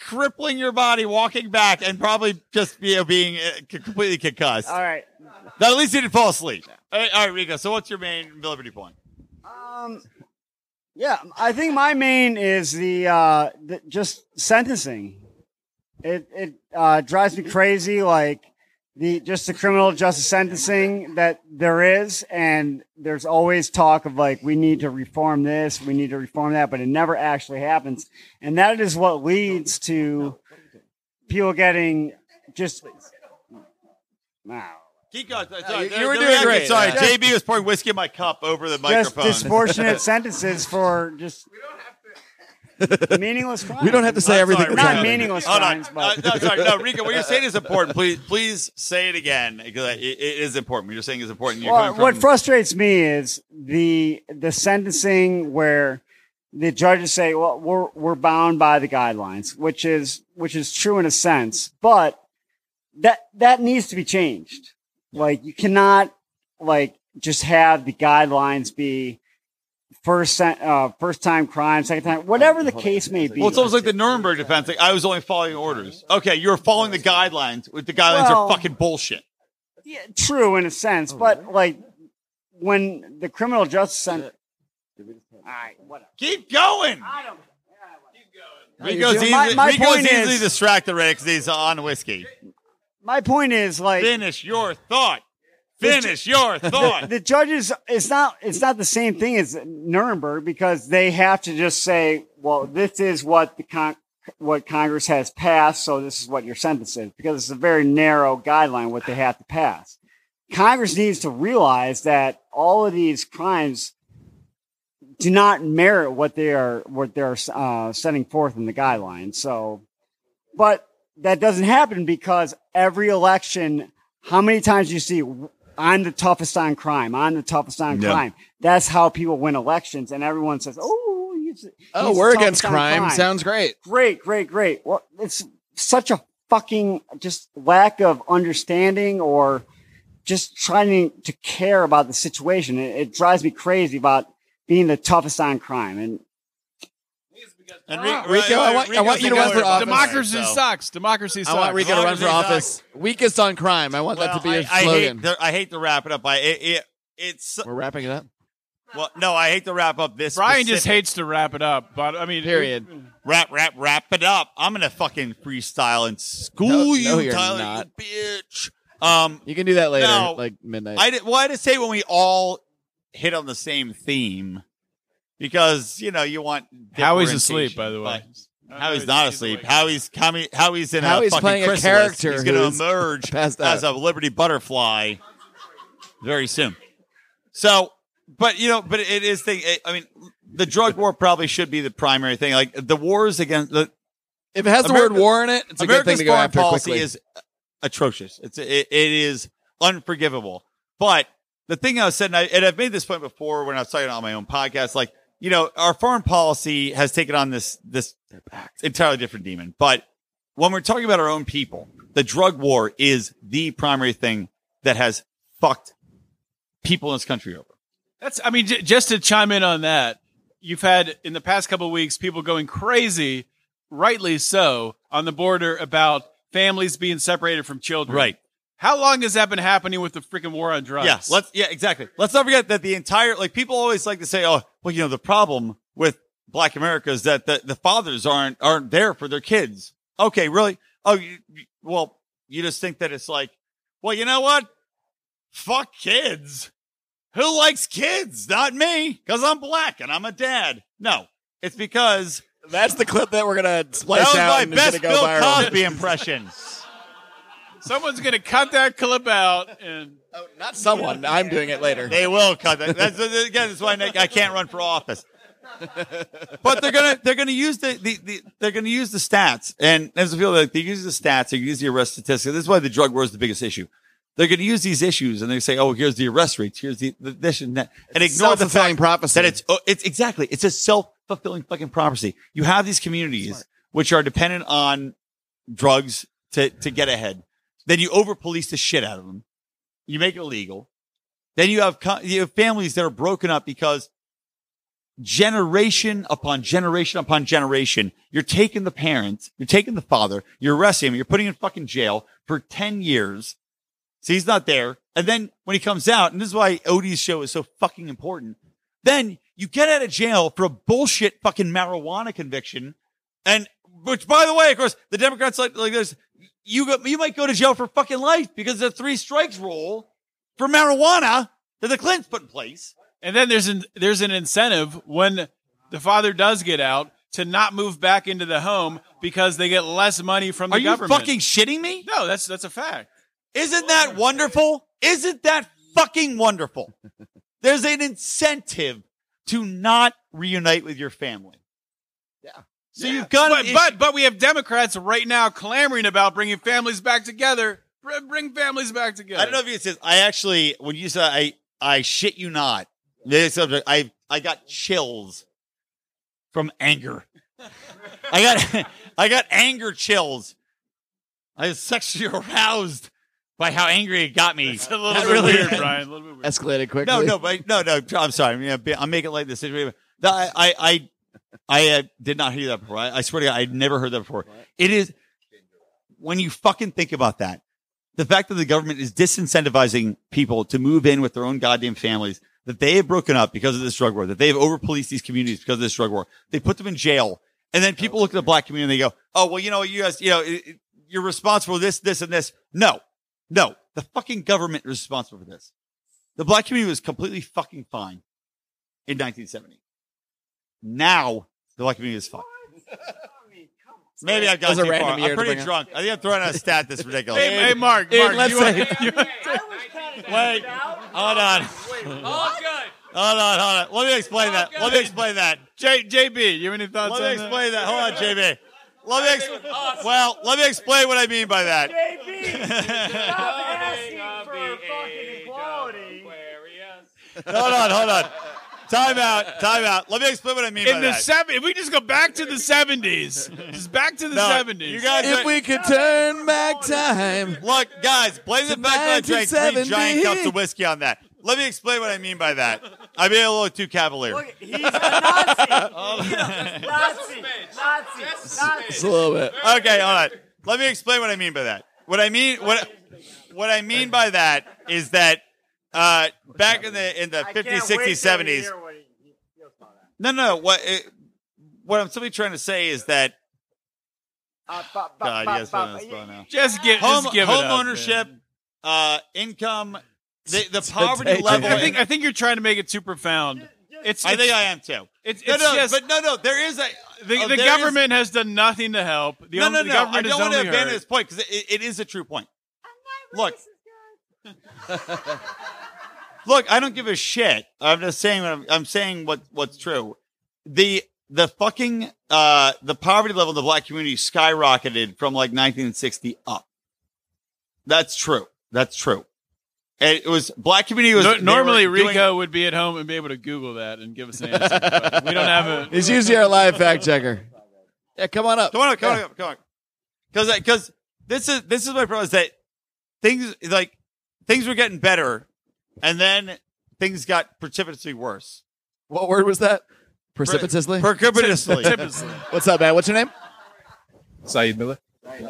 Speaker 3: crippling your body walking back and probably just you know, being uh, c- completely concussed.
Speaker 5: All right.
Speaker 3: But at least he didn't fall asleep. All right, all right, Rico. So what's your main liberty point?
Speaker 9: Um,
Speaker 5: Yeah, I think my main is the, uh, the just sentencing. It it uh, drives me crazy, like the just the criminal justice sentencing that there is, and there's always talk of like we need to reform this, we need to reform that, but it never actually happens, and that is what leads to people getting just wow.
Speaker 3: Keep going. Sorry,
Speaker 1: you-
Speaker 3: there-
Speaker 1: you were
Speaker 3: there
Speaker 1: doing
Speaker 3: we are.
Speaker 1: great.
Speaker 3: Sorry,
Speaker 1: Yeah.
Speaker 3: JB was pouring whiskey in my cup over the
Speaker 5: just
Speaker 3: microphone.
Speaker 5: disproportionate sentences for just meaningless crimes.
Speaker 1: We don't have to say
Speaker 3: I'm
Speaker 1: everything.
Speaker 3: sorry,
Speaker 1: we
Speaker 5: Not
Speaker 1: have.
Speaker 3: Rico.
Speaker 5: meaningless
Speaker 3: Hold on.
Speaker 5: crimes, but-
Speaker 3: Uh, no, sorry, no, Rico, what you're saying is important. Please, please say it again because it, it is important. What you're saying is important. You're
Speaker 5: Well,
Speaker 3: coming
Speaker 5: what
Speaker 3: from-
Speaker 5: frustrates me is the the sentencing where the judges say, "Well, we're we're bound by the guidelines," which is which is true in a sense, but that that needs to be changed. Like you cannot like just have the guidelines be first sen- uh, first time crime, second time, whatever the case may be.
Speaker 3: Well, it's almost like the Nuremberg defense. Like, I was only following orders. Okay, you're following the guidelines. The guidelines
Speaker 5: Well-
Speaker 3: are fucking bullshit.
Speaker 5: Yeah, true in a sense,
Speaker 3: Oh,
Speaker 5: but like when the criminal justice center. All right, whatever.
Speaker 3: Keep going. Rico's,
Speaker 5: doing-
Speaker 3: easily,
Speaker 5: My- my
Speaker 3: Rico's
Speaker 5: point
Speaker 3: easily
Speaker 5: is-
Speaker 3: distracted right because he's on whiskey.
Speaker 5: My point is like
Speaker 3: Finish your thought. Finish your thought.
Speaker 5: the judges. It's not. It's not the same thing as Nuremberg because they have to just say, "Well, this is what the con- what Congress has passed, so this is what your sentence is," because it's a very narrow guideline what they have to pass. Congress needs to realize that all of these crimes do not merit what they are what they're uh, setting forth in the guidelines. So, but that doesn't happen because every election, how many times do you see I'm the toughest on crime. I'm the toughest on
Speaker 3: Yeah.
Speaker 5: crime. That's how people win elections, and everyone says, "Oh, he's,
Speaker 1: Oh,
Speaker 5: he's the
Speaker 1: we're
Speaker 5: toughest
Speaker 1: against
Speaker 5: on
Speaker 1: crime. Sounds great.
Speaker 5: great, great, great." Well, it's such a fucking just lack of understanding or just trying to care about the situation. It, it drives me crazy about being the toughest on crime, and
Speaker 3: And
Speaker 1: Rico, I want- I want you to run for office.
Speaker 4: Democracy sucks. Democracy
Speaker 1: I
Speaker 4: sucks.
Speaker 1: want Rico to run for
Speaker 3: Democracy
Speaker 1: office. Weakest on crime. I want that
Speaker 3: Well,
Speaker 1: to be your
Speaker 3: I, I
Speaker 1: slogan.
Speaker 3: hate to, I hate to wrap it up. I it, it, it's
Speaker 1: we're wrapping it up.
Speaker 3: well, no, I hate to wrap up this.
Speaker 4: Brian just
Speaker 3: specific-
Speaker 4: hates to wrap it up, but I mean, mm.
Speaker 1: Period.
Speaker 3: wrap, wrap, wrap it up. I'm gonna fucking freestyle and school
Speaker 1: No-
Speaker 3: you,
Speaker 1: no, you're
Speaker 3: Tyler,
Speaker 1: not.
Speaker 3: you bitch. Um,
Speaker 1: You can do that later,
Speaker 3: No.
Speaker 1: like midnight.
Speaker 3: I did, well, I just say when we all hit on the same theme, because you know you want.
Speaker 4: Howie's
Speaker 3: differentiation,
Speaker 4: asleep, by the way.
Speaker 3: but Howie's not asleep. Howie's coming. Howie's in
Speaker 1: Howie's
Speaker 3: a fucking
Speaker 1: playing a
Speaker 3: chrysalis.
Speaker 1: character
Speaker 3: He's going
Speaker 1: who's
Speaker 3: to emerge
Speaker 1: passed
Speaker 3: as a
Speaker 1: out.
Speaker 3: Liberty butterfly very soon. So, but you know, but it is thing. It, I mean, the drug war probably should be the primary thing. Like the wars against the
Speaker 1: if it has the
Speaker 3: America-
Speaker 1: word war in it, it's a good
Speaker 3: America's
Speaker 1: thing to go
Speaker 3: foreign
Speaker 1: after
Speaker 3: policy
Speaker 1: quickly.
Speaker 3: is atrocious. It's it, it is unforgivable. But the thing I was saying, and, I, and I've made this point before when I was talking on my own podcast, like you know, our foreign policy has taken on this this entirely different demon. But when we're talking about our own people, the drug war is the primary thing that has fucked people in this country over.
Speaker 4: That's. I mean, j- just to chime in on that, you've had in the past couple of weeks people going crazy, rightly so, on the border about families being separated from children. How long has that been happening with the freaking war on drugs?
Speaker 3: Yeah, let's yeah, exactly. Let's not forget that the entire like people always like to say, oh, well, you know, the problem with Black America is that the, the fathers aren't aren't there for their kids. Okay, really? Oh, you, you- well, you just think that it's like, well, you know what? Fuck kids. Who likes kids? Not me, because I'm black and I'm a dad. No, it's because
Speaker 1: That's the clip that we're gonna
Speaker 3: that
Speaker 1: splice
Speaker 3: was
Speaker 1: out
Speaker 3: my
Speaker 1: and it's gonna
Speaker 3: best
Speaker 1: go
Speaker 3: Bill
Speaker 1: viral.
Speaker 3: Cosby impression.
Speaker 4: Someone's gonna cut that clip out and.
Speaker 3: Oh,
Speaker 1: Not someone. I'm doing it later.
Speaker 3: They will cut that. That's, that's- again, that's why Nick, I can't run for office. But they're gonna they're gonna use the, the, the they're gonna use the stats and as a feel like they use the stats they use the arrest statistics. This is why the drug war is the biggest issue. They're gonna use these issues and they say, oh, here's the arrest rates, here's the, the this and that, and ignore the
Speaker 1: self-fulfilling
Speaker 3: fact
Speaker 1: prophecy.
Speaker 3: that it's oh, it's exactly it's a self fulfilling fucking prophecy. You have these communities which are dependent on drugs to to get ahead. Then you over police the shit out of them. You make it illegal. Then you have co- you have families that are broken up because generation upon generation upon generation, you're taking the parents, you're taking the father, you're arresting him, you're putting him in fucking jail for ten years. So he's not there. And then when he comes out, and this is why Odie's show is so fucking important, then you get out of jail for a bullshit fucking marijuana conviction. And which, by the way, of course, the Democrats like, like this, you go, you might go to jail for fucking life because of the three strikes rule for marijuana that the Clintons put in place.
Speaker 4: And then there's an there's an incentive when the father does get out to not move back into the home because they get less money from the
Speaker 3: Are you
Speaker 4: government.
Speaker 3: fucking shitting me?
Speaker 4: no, that's that's a fact.
Speaker 3: Isn't that wonderful? Isn't that fucking wonderful? There's an incentive to not reunite with your family. Yeah. So you've got
Speaker 4: But,
Speaker 3: an
Speaker 4: but but we have Democrats right now clamoring about bringing families back together. Br- Bring families back together.
Speaker 3: I don't know if you said I actually when you said I I shit you not. This subject I I got chills from anger. I got I got anger chills. I was sexually aroused by how angry it got me.
Speaker 4: It's a little
Speaker 3: That
Speaker 4: bit
Speaker 3: really-
Speaker 4: weird, Brian. A little bit weird.
Speaker 1: Escalated quickly.
Speaker 3: No, no, but no, no. I'm sorry. I mean, I'm- I'm making light of the situation. No, I, I, I, I uh, did not hear that before. I, I swear to God, I'd never heard that before. It is when you fucking think about that, the fact that the government is disincentivizing people to move in with their own goddamn families that they have broken up because of this drug war, that they've overpoliced these communities because of this drug war. They put them in jail, and then people look at the black community and they go, "Oh, well, you know, you guys, you know, it, it- you're responsible for this, this, and this." No, no, the fucking government is responsible for this. The black community was completely fucking fine in 1970. Now the black community is fucked. Maybe I've gone
Speaker 1: That was a
Speaker 3: too far.
Speaker 1: random year
Speaker 3: I'm
Speaker 1: to
Speaker 3: pretty
Speaker 1: bring up.
Speaker 3: drunk. I think I'm throwing out a stat that's ridiculous.
Speaker 4: Hey, hey, Mark,
Speaker 1: Hey,
Speaker 4: Mark,
Speaker 1: let's
Speaker 4: you want-
Speaker 1: say-
Speaker 3: Wait, hold on, hold
Speaker 7: All good.
Speaker 3: on, hold on. Let me explain that. Let me explain that.
Speaker 4: J, JB, you have any thoughts
Speaker 3: Let
Speaker 4: on
Speaker 3: me explain that. Hold on, JB. Let me ex- well, let me explain what I mean by that.
Speaker 7: Asking for fucking
Speaker 3: Hold on, hold on. Time out, time out. Let me explain what I mean by
Speaker 4: In the
Speaker 3: that.
Speaker 4: seven, if we just go back to the seventies, just back to the
Speaker 3: No,
Speaker 4: seventies.
Speaker 3: you guys
Speaker 1: If we could turn back time.
Speaker 3: Look, guys, blame the fact that I drank three
Speaker 1: 1970.
Speaker 3: giant cups of whiskey on that. Let me explain what I mean by that. I'm being a little too cavalier.
Speaker 10: He's a Nazi. Nazi. Nazi. Nazi.
Speaker 1: Just a little bit.
Speaker 3: Okay, all right. Let me explain what I mean by that. What I mean what what I mean by that is that uh, back in the in the 50s, 60s, 70s. No, no. What it, what I'm simply trying to say is that God, yes, I'm on the spot now.
Speaker 4: just get
Speaker 3: Home,
Speaker 4: just give
Speaker 3: home
Speaker 4: it up,
Speaker 3: ownership,
Speaker 4: man.
Speaker 3: uh, income, the, the poverty level.
Speaker 4: I think I think you're trying to make it too profound. It's
Speaker 3: I think
Speaker 4: it's-
Speaker 3: I am too.
Speaker 4: It's,
Speaker 3: No,
Speaker 4: it's
Speaker 3: no,
Speaker 4: just
Speaker 3: but no, no. There is a
Speaker 4: the,
Speaker 3: uh,
Speaker 4: the
Speaker 3: there is-
Speaker 4: government has done nothing to help. The,
Speaker 3: no,
Speaker 4: only-
Speaker 3: no,
Speaker 4: the
Speaker 3: no. I
Speaker 4: government
Speaker 3: don't
Speaker 4: is
Speaker 3: want to
Speaker 4: only
Speaker 3: abandon
Speaker 4: hurt.
Speaker 3: this point because it, it is a true point. Look. Look, I don't give a shit. I'm just saying what I'm, I'm saying what what's true. The the fucking uh the poverty level in the black community skyrocketed from like 1960 up. That's true. That's true. And it was black community was
Speaker 4: No-
Speaker 3: they were
Speaker 4: normally,
Speaker 3: doing-
Speaker 4: Rico would be at home and be able to Google that and give us an answer. but we don't have a.
Speaker 1: He's usually our live fact checker. Yeah, come on up.
Speaker 3: Come on up, come on up, come on. Because because this is this is my problem is that things like things were getting better, and then things got precipitously worse.
Speaker 1: What word was that? Precipitously?
Speaker 3: Precipitously.
Speaker 1: What's up, man? What's your name?
Speaker 11: Saeed Miller. Hey,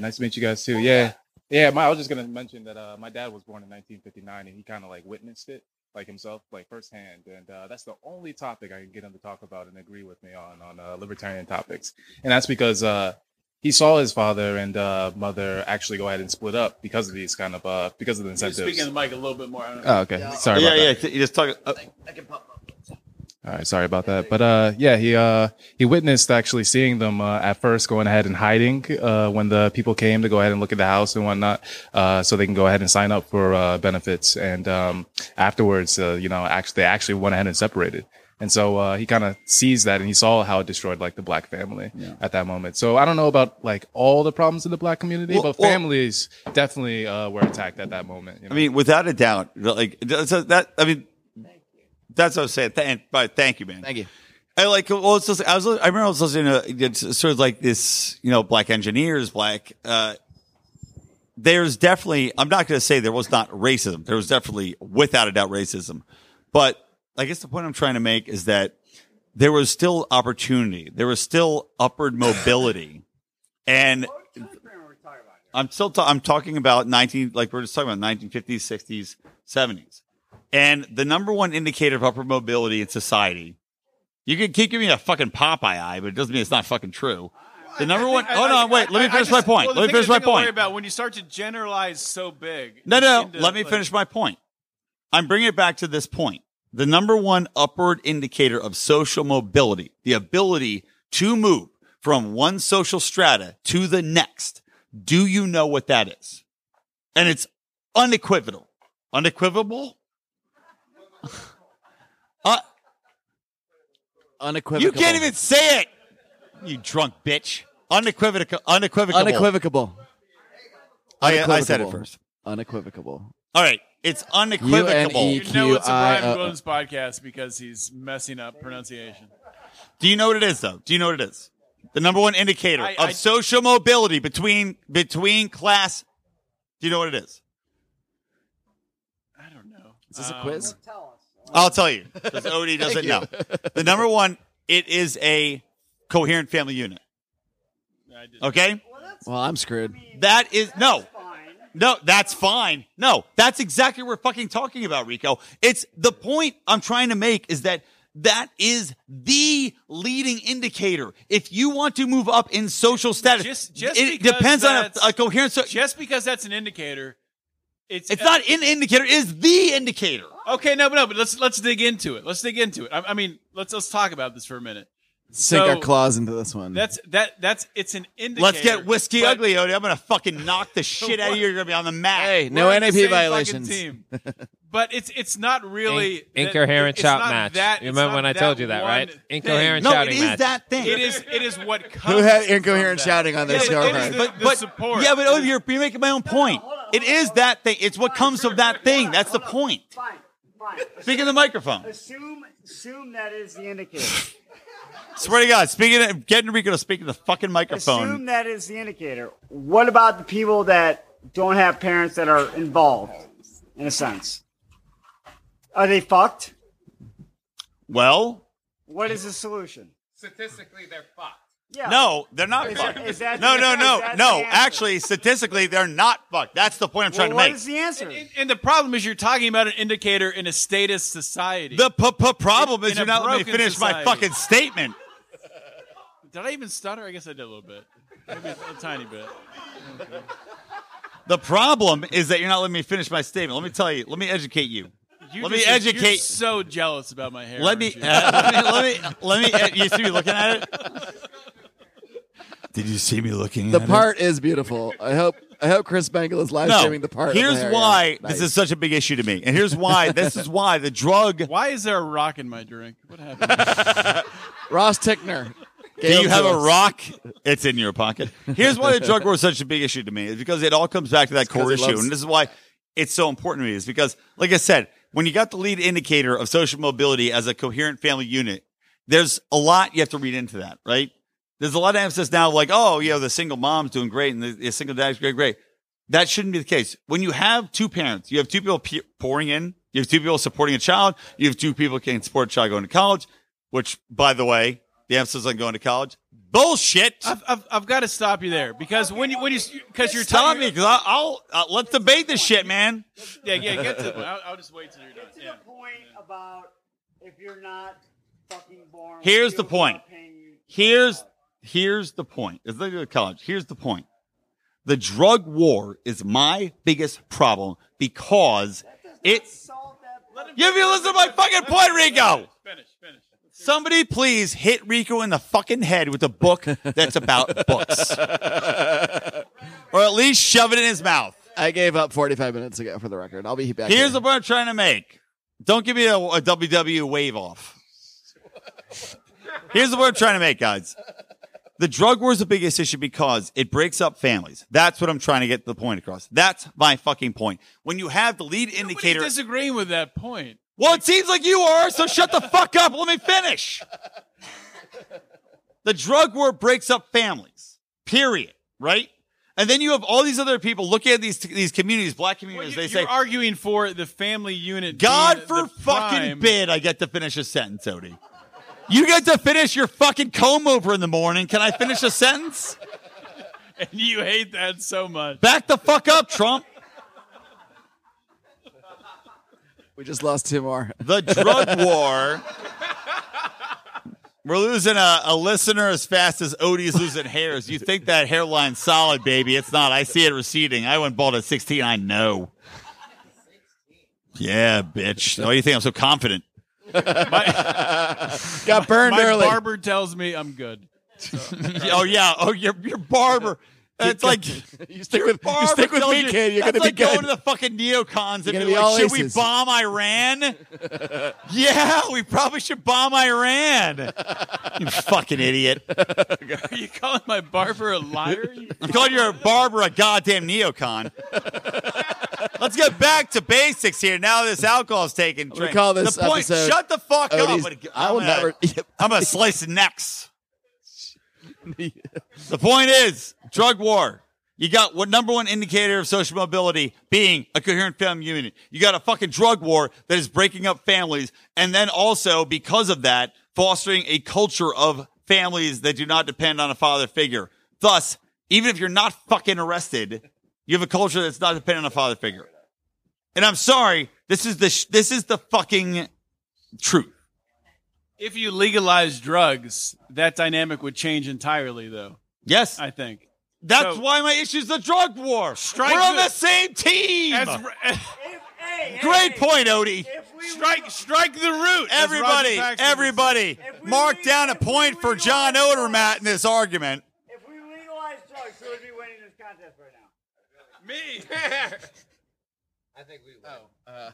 Speaker 11: nice to meet you guys too. Yeah, yeah. My, I was just gonna mention that uh, my dad was born in 1959, and he kind of like witnessed it, like himself, like firsthand. And uh, that's the only topic I can get him to talk about and agree with me on on uh, libertarian topics. And that's because uh, he saw his father and uh, mother actually go ahead and split up because of these kind of uh, because of the incentives.
Speaker 4: Speaking of Mike a little bit more. I don't know.
Speaker 11: oh, okay. Sorry about
Speaker 3: yeah,
Speaker 11: that.
Speaker 3: yeah. You just talk. Uh,
Speaker 11: All right, sorry about that. But uh, yeah, he uh, he witnessed actually seeing them uh, at first going ahead and hiding uh, when the people came to go ahead and look at the house and whatnot, uh, so they can go ahead and sign up for uh, benefits. And um, afterwards, uh, you know, actually they actually went ahead and separated. And so uh, he kind of sees that and he saw how it destroyed like the black family at that moment. So I don't know about like all the problems in the black community,
Speaker 3: Well-
Speaker 11: but
Speaker 3: well-
Speaker 11: families definitely uh, were attacked at that moment. You know?
Speaker 3: I mean, without a doubt, like so that. I mean, that's what I'm saying. Thank, but thank you, man.
Speaker 1: Thank you.
Speaker 3: I like. Well, it's just, I was. I remember I was listening to it's sort of like this. You know, black engineers, black. Uh, there's definitely. I'm not going to say there was not racism. There was definitely, without a doubt, racism. But I guess the point I'm trying to make is that there was still opportunity. There was still upward mobility, and I'm still. Ta- I'm talking about 19. Like we're just talking about 1950s, 60s, 70s, and the number one indicator of upward mobility in society. You can keep giving me a fucking Popeye eye, but it doesn't mean it's not fucking true. The number one.
Speaker 4: I-
Speaker 3: Hold
Speaker 4: I-
Speaker 3: on, Oh, wait. Let
Speaker 4: I-
Speaker 3: me
Speaker 4: I
Speaker 3: finish
Speaker 4: just-
Speaker 3: my point.
Speaker 4: well, the
Speaker 3: Let me
Speaker 4: thing- the
Speaker 3: finish my
Speaker 4: thing I worry
Speaker 3: point.
Speaker 4: about when you start to generalize so big.
Speaker 3: No, no.
Speaker 4: into,
Speaker 3: Let me
Speaker 4: like-
Speaker 3: finish my point. I'm bringing it back to this point. The number one upward indicator of social mobility, the ability to move from one social strata to the next. Do you know what that is? And it's unequivocal. Unequivocal? Uh,
Speaker 1: Unequivocal.
Speaker 3: you can't even say it. You drunk bitch. Unequivocal. Unequivocal.
Speaker 1: Unequivocal.
Speaker 3: I, I said it first.
Speaker 1: Unequivocal.
Speaker 3: All right. It's unequivocal.
Speaker 1: U N E.
Speaker 4: You know it's a Brian
Speaker 1: Q I O O.
Speaker 4: Williams podcast because he's messing up pronunciation.
Speaker 3: Do you know what it is though? Do you know what it is? The number one indicator
Speaker 4: I-
Speaker 3: of
Speaker 4: I-
Speaker 3: social mobility between between class. Do you know what it is?
Speaker 4: I don't know. Um,
Speaker 1: Is this a quiz?
Speaker 3: I'll tell you because Odie doesn't know. The number one, it is a coherent family unit.
Speaker 4: I did.
Speaker 3: Okay,
Speaker 1: Well, I'm screwed.
Speaker 3: that is no, no, that's fine. No, that's exactly what we're fucking talking about, Rico. It's the point I'm trying to make is that that is the leading indicator. If you want to move up in social status,
Speaker 4: Just- just
Speaker 3: it
Speaker 4: because
Speaker 3: depends on a,
Speaker 4: that's-
Speaker 3: a coherent. So-
Speaker 4: Just because that's an indicator, it's
Speaker 3: It's not an indicator. It is the indicator.
Speaker 4: okay. No, but no, but let's let's dig into it. Let's dig into it. I, I mean, let's let's talk about this for a minute.
Speaker 1: Sink
Speaker 4: So,
Speaker 1: our claws into this one.
Speaker 4: That's that that's it's an indicator.
Speaker 3: Let's get whiskey
Speaker 4: but
Speaker 3: ugly, Odie. I'm gonna fucking knock the shit out of you. You're gonna be on the mat.
Speaker 1: hey,
Speaker 4: we're
Speaker 1: no
Speaker 4: on the
Speaker 1: NAP
Speaker 4: same fucking
Speaker 1: violations.
Speaker 4: Team. But it's it's not really
Speaker 7: In- incoherent
Speaker 4: it's
Speaker 7: shout
Speaker 4: not
Speaker 7: match.
Speaker 4: that-
Speaker 7: you
Speaker 4: it's
Speaker 7: remember
Speaker 4: not
Speaker 7: when I told you that,
Speaker 4: one
Speaker 7: right?
Speaker 4: thing.
Speaker 7: Incoherent
Speaker 3: no, it
Speaker 7: shouting
Speaker 3: is
Speaker 7: match.
Speaker 3: that thing.
Speaker 4: It is it is what comes
Speaker 1: Who had
Speaker 4: from
Speaker 1: incoherent
Speaker 4: that.
Speaker 1: shouting on their
Speaker 4: Yeah, but it is
Speaker 1: scorecard?
Speaker 4: the-
Speaker 3: But,
Speaker 4: the
Speaker 3: but
Speaker 4: support.
Speaker 3: yeah, but Odie, you're, you're making my own point. It is that thing. It's what comes of that thing. That's the point.
Speaker 10: Fine.
Speaker 3: Speak in the microphone.
Speaker 5: Assume, assume that is the indicator.
Speaker 3: Swear to God, speaking of, get Enrico to speak in the fucking microphone.
Speaker 5: Assume that is the indicator. What about the people that don't have parents that are involved, in a sense? Are they fucked?
Speaker 3: Well,
Speaker 5: What is the solution?
Speaker 7: Statistically, they're fucked.
Speaker 5: Yeah.
Speaker 3: no, they're not
Speaker 5: Is
Speaker 3: fucked.
Speaker 5: that- is that
Speaker 3: no,
Speaker 5: the-
Speaker 3: no,
Speaker 5: is
Speaker 3: no,
Speaker 5: that
Speaker 3: no.
Speaker 5: the answer?
Speaker 3: Actually, statistically, they're not fucked. That's the point I'm trying
Speaker 5: Well, what
Speaker 3: to make.
Speaker 5: is the answer?
Speaker 4: And, and the problem is you're talking about an indicator in a status society.
Speaker 3: The p- p- problem
Speaker 4: In-
Speaker 3: is
Speaker 4: in
Speaker 3: you're
Speaker 4: a
Speaker 3: not letting me
Speaker 4: broken
Speaker 3: finish my
Speaker 4: society.
Speaker 3: fucking statement.
Speaker 4: Did I even stutter? I guess I did a little bit. Maybe a, a tiny bit.
Speaker 3: The problem is that you're not letting me finish my statement. Let me tell you. Let me educate you.
Speaker 4: You
Speaker 3: let me
Speaker 4: just- You're
Speaker 3: educate.
Speaker 4: so jealous about my hair.
Speaker 3: let, me,
Speaker 4: aren't you?
Speaker 3: uh, let me. Let me. Let me. e, you see me looking at it. Did you see me looking
Speaker 1: The
Speaker 3: at it?
Speaker 1: part is beautiful. I hope I hope Chris Bangle is live streaming the part.
Speaker 3: Here's
Speaker 1: Hilarious.
Speaker 3: why
Speaker 1: Nice.
Speaker 3: this is such a big issue to me, and here's why this is why the drug.
Speaker 4: Why is there a rock in my drink? What happened?
Speaker 1: Ross Tickner.
Speaker 3: Do you have a rock? It's in your pocket. Here's why the drug war is such a big issue to me is because it all comes back to that core
Speaker 1: 'cause he
Speaker 3: issue,
Speaker 1: loves-
Speaker 3: and this is why it's so important to me. Is because, like I said, when you got the lead indicator of social mobility as a coherent family unit, there's a lot you have to read into that, right? There's a lot of emphasis now, like, oh, you know, the single mom's doing great and the, the single dad's great, great. That shouldn't be the case. When you have two parents, you have two people pe- pouring in, you have two people supporting a child, you have two people can support a child going to college, which, by the way, the emphasis on going to college, bullshit.
Speaker 4: I've, I've, I've got to stop you there because when you when you because you're
Speaker 3: Tell
Speaker 4: telling
Speaker 3: me, because I'll, I'll let's debate this shit, man.
Speaker 4: Yeah, yeah. Get to the point. I'll, I'll just wait till you're done.
Speaker 5: Get to
Speaker 4: Yeah.
Speaker 5: the point about if you're not fucking born. with
Speaker 3: Here's
Speaker 5: you,
Speaker 3: the
Speaker 5: we're
Speaker 3: point.
Speaker 5: not paying you.
Speaker 3: here's here's the point. It's like a college. Here's the point. The drug war is my biggest problem because it's.
Speaker 5: Solve that
Speaker 3: Give me listen to my fucking point, Rico.
Speaker 4: Finish, finish.
Speaker 3: Somebody please hit Rico in the fucking head with a book that's about books, or at least shove it in his mouth.
Speaker 1: I gave up 45 minutes ago for the record. I'll be back.
Speaker 3: Here's
Speaker 1: here.
Speaker 3: the point I'm trying to make. Don't give me a, a WW wave off. Here's the point I'm trying to make, guys. The drug war is the biggest issue because it breaks up families. That's what I'm trying to get the point across. That's my fucking point. When you have the lead
Speaker 4: Nobody's
Speaker 3: indicator,
Speaker 4: disagreeing with that point.
Speaker 3: well, it seems like you are, so shut the fuck up. Let me finish. The drug war breaks up families, period, right? And then you have all these other people looking at these these communities, black
Speaker 4: Well,
Speaker 3: communities.
Speaker 4: you, are
Speaker 3: they say,
Speaker 4: arguing for the family unit.
Speaker 3: God
Speaker 4: being
Speaker 3: for
Speaker 4: the
Speaker 3: fucking
Speaker 4: prime.
Speaker 3: bid I get to finish a sentence, Odie. You get to finish your fucking comb over in the morning. Can I finish a sentence?
Speaker 4: And you hate that so much.
Speaker 3: Back the fuck up, Trump.
Speaker 1: we just lost two more.
Speaker 3: The drug war. We're losing a, a listener as fast as Odie's losing hairs. You think that hairline's solid, baby. It's not. I see it receding. I went bald at 16. I know. Yeah, bitch. Why do you think I'm so confident?
Speaker 1: Got burned
Speaker 4: My
Speaker 1: early.
Speaker 4: barber tells me I'm good.
Speaker 3: Oh, yeah. Oh, your, your barber. It's like.
Speaker 1: you stick with, you
Speaker 3: Barb
Speaker 1: stick with
Speaker 3: tells
Speaker 1: me,
Speaker 3: you-
Speaker 1: kid. You're
Speaker 3: that's
Speaker 1: gonna
Speaker 3: like
Speaker 1: be
Speaker 3: going
Speaker 1: good.
Speaker 3: to the fucking neocons and
Speaker 1: gonna
Speaker 3: be
Speaker 1: be all
Speaker 3: like, "Should we
Speaker 1: aces."
Speaker 3: bomb Iran?" yeah, we probably should bomb Iran. you fucking idiot!
Speaker 4: Are you calling my barber a liar? You-
Speaker 3: I'm calling your barber a goddamn neocon. Let's get back to basics here. Now this alcohol's taken.
Speaker 1: We call this
Speaker 3: the point.
Speaker 1: episode
Speaker 3: Shut the fuck
Speaker 1: Odie's-
Speaker 3: up.
Speaker 1: I will
Speaker 3: I'm gonna-
Speaker 1: never.
Speaker 3: I'm gonna slice necks. the point is, drug war. You got what number one indicator of social mobility being a coherent family unit. You got a fucking drug war that is breaking up families, and then also because of that, fostering a culture of families that do not depend on a father figure. Thus, even if you're not fucking arrested, you have a culture that's not dependent on a father figure. And I'm sorry, this is the sh- this is the fucking truth.
Speaker 4: If you legalize drugs, that dynamic would change entirely, though.
Speaker 3: Yes,
Speaker 4: I think.
Speaker 3: That's
Speaker 4: So-
Speaker 3: why my issue is the drug war.
Speaker 4: Strike
Speaker 3: We're on
Speaker 4: the-
Speaker 3: the same team.
Speaker 4: As,
Speaker 5: If, hey,
Speaker 3: Great
Speaker 5: hey,
Speaker 3: point, Odie.
Speaker 5: If we
Speaker 4: strike, strike the root. as Roger
Speaker 3: Everybody,
Speaker 4: Paxton would
Speaker 3: everybody,
Speaker 5: If we
Speaker 3: mark
Speaker 5: leave-
Speaker 3: down a
Speaker 5: if we
Speaker 3: point for
Speaker 5: leave
Speaker 3: John
Speaker 5: all-
Speaker 3: Odermatt in this argument.
Speaker 5: If we legalize drugs, who would be winning this contest right now?
Speaker 4: say. Me.
Speaker 1: Uh,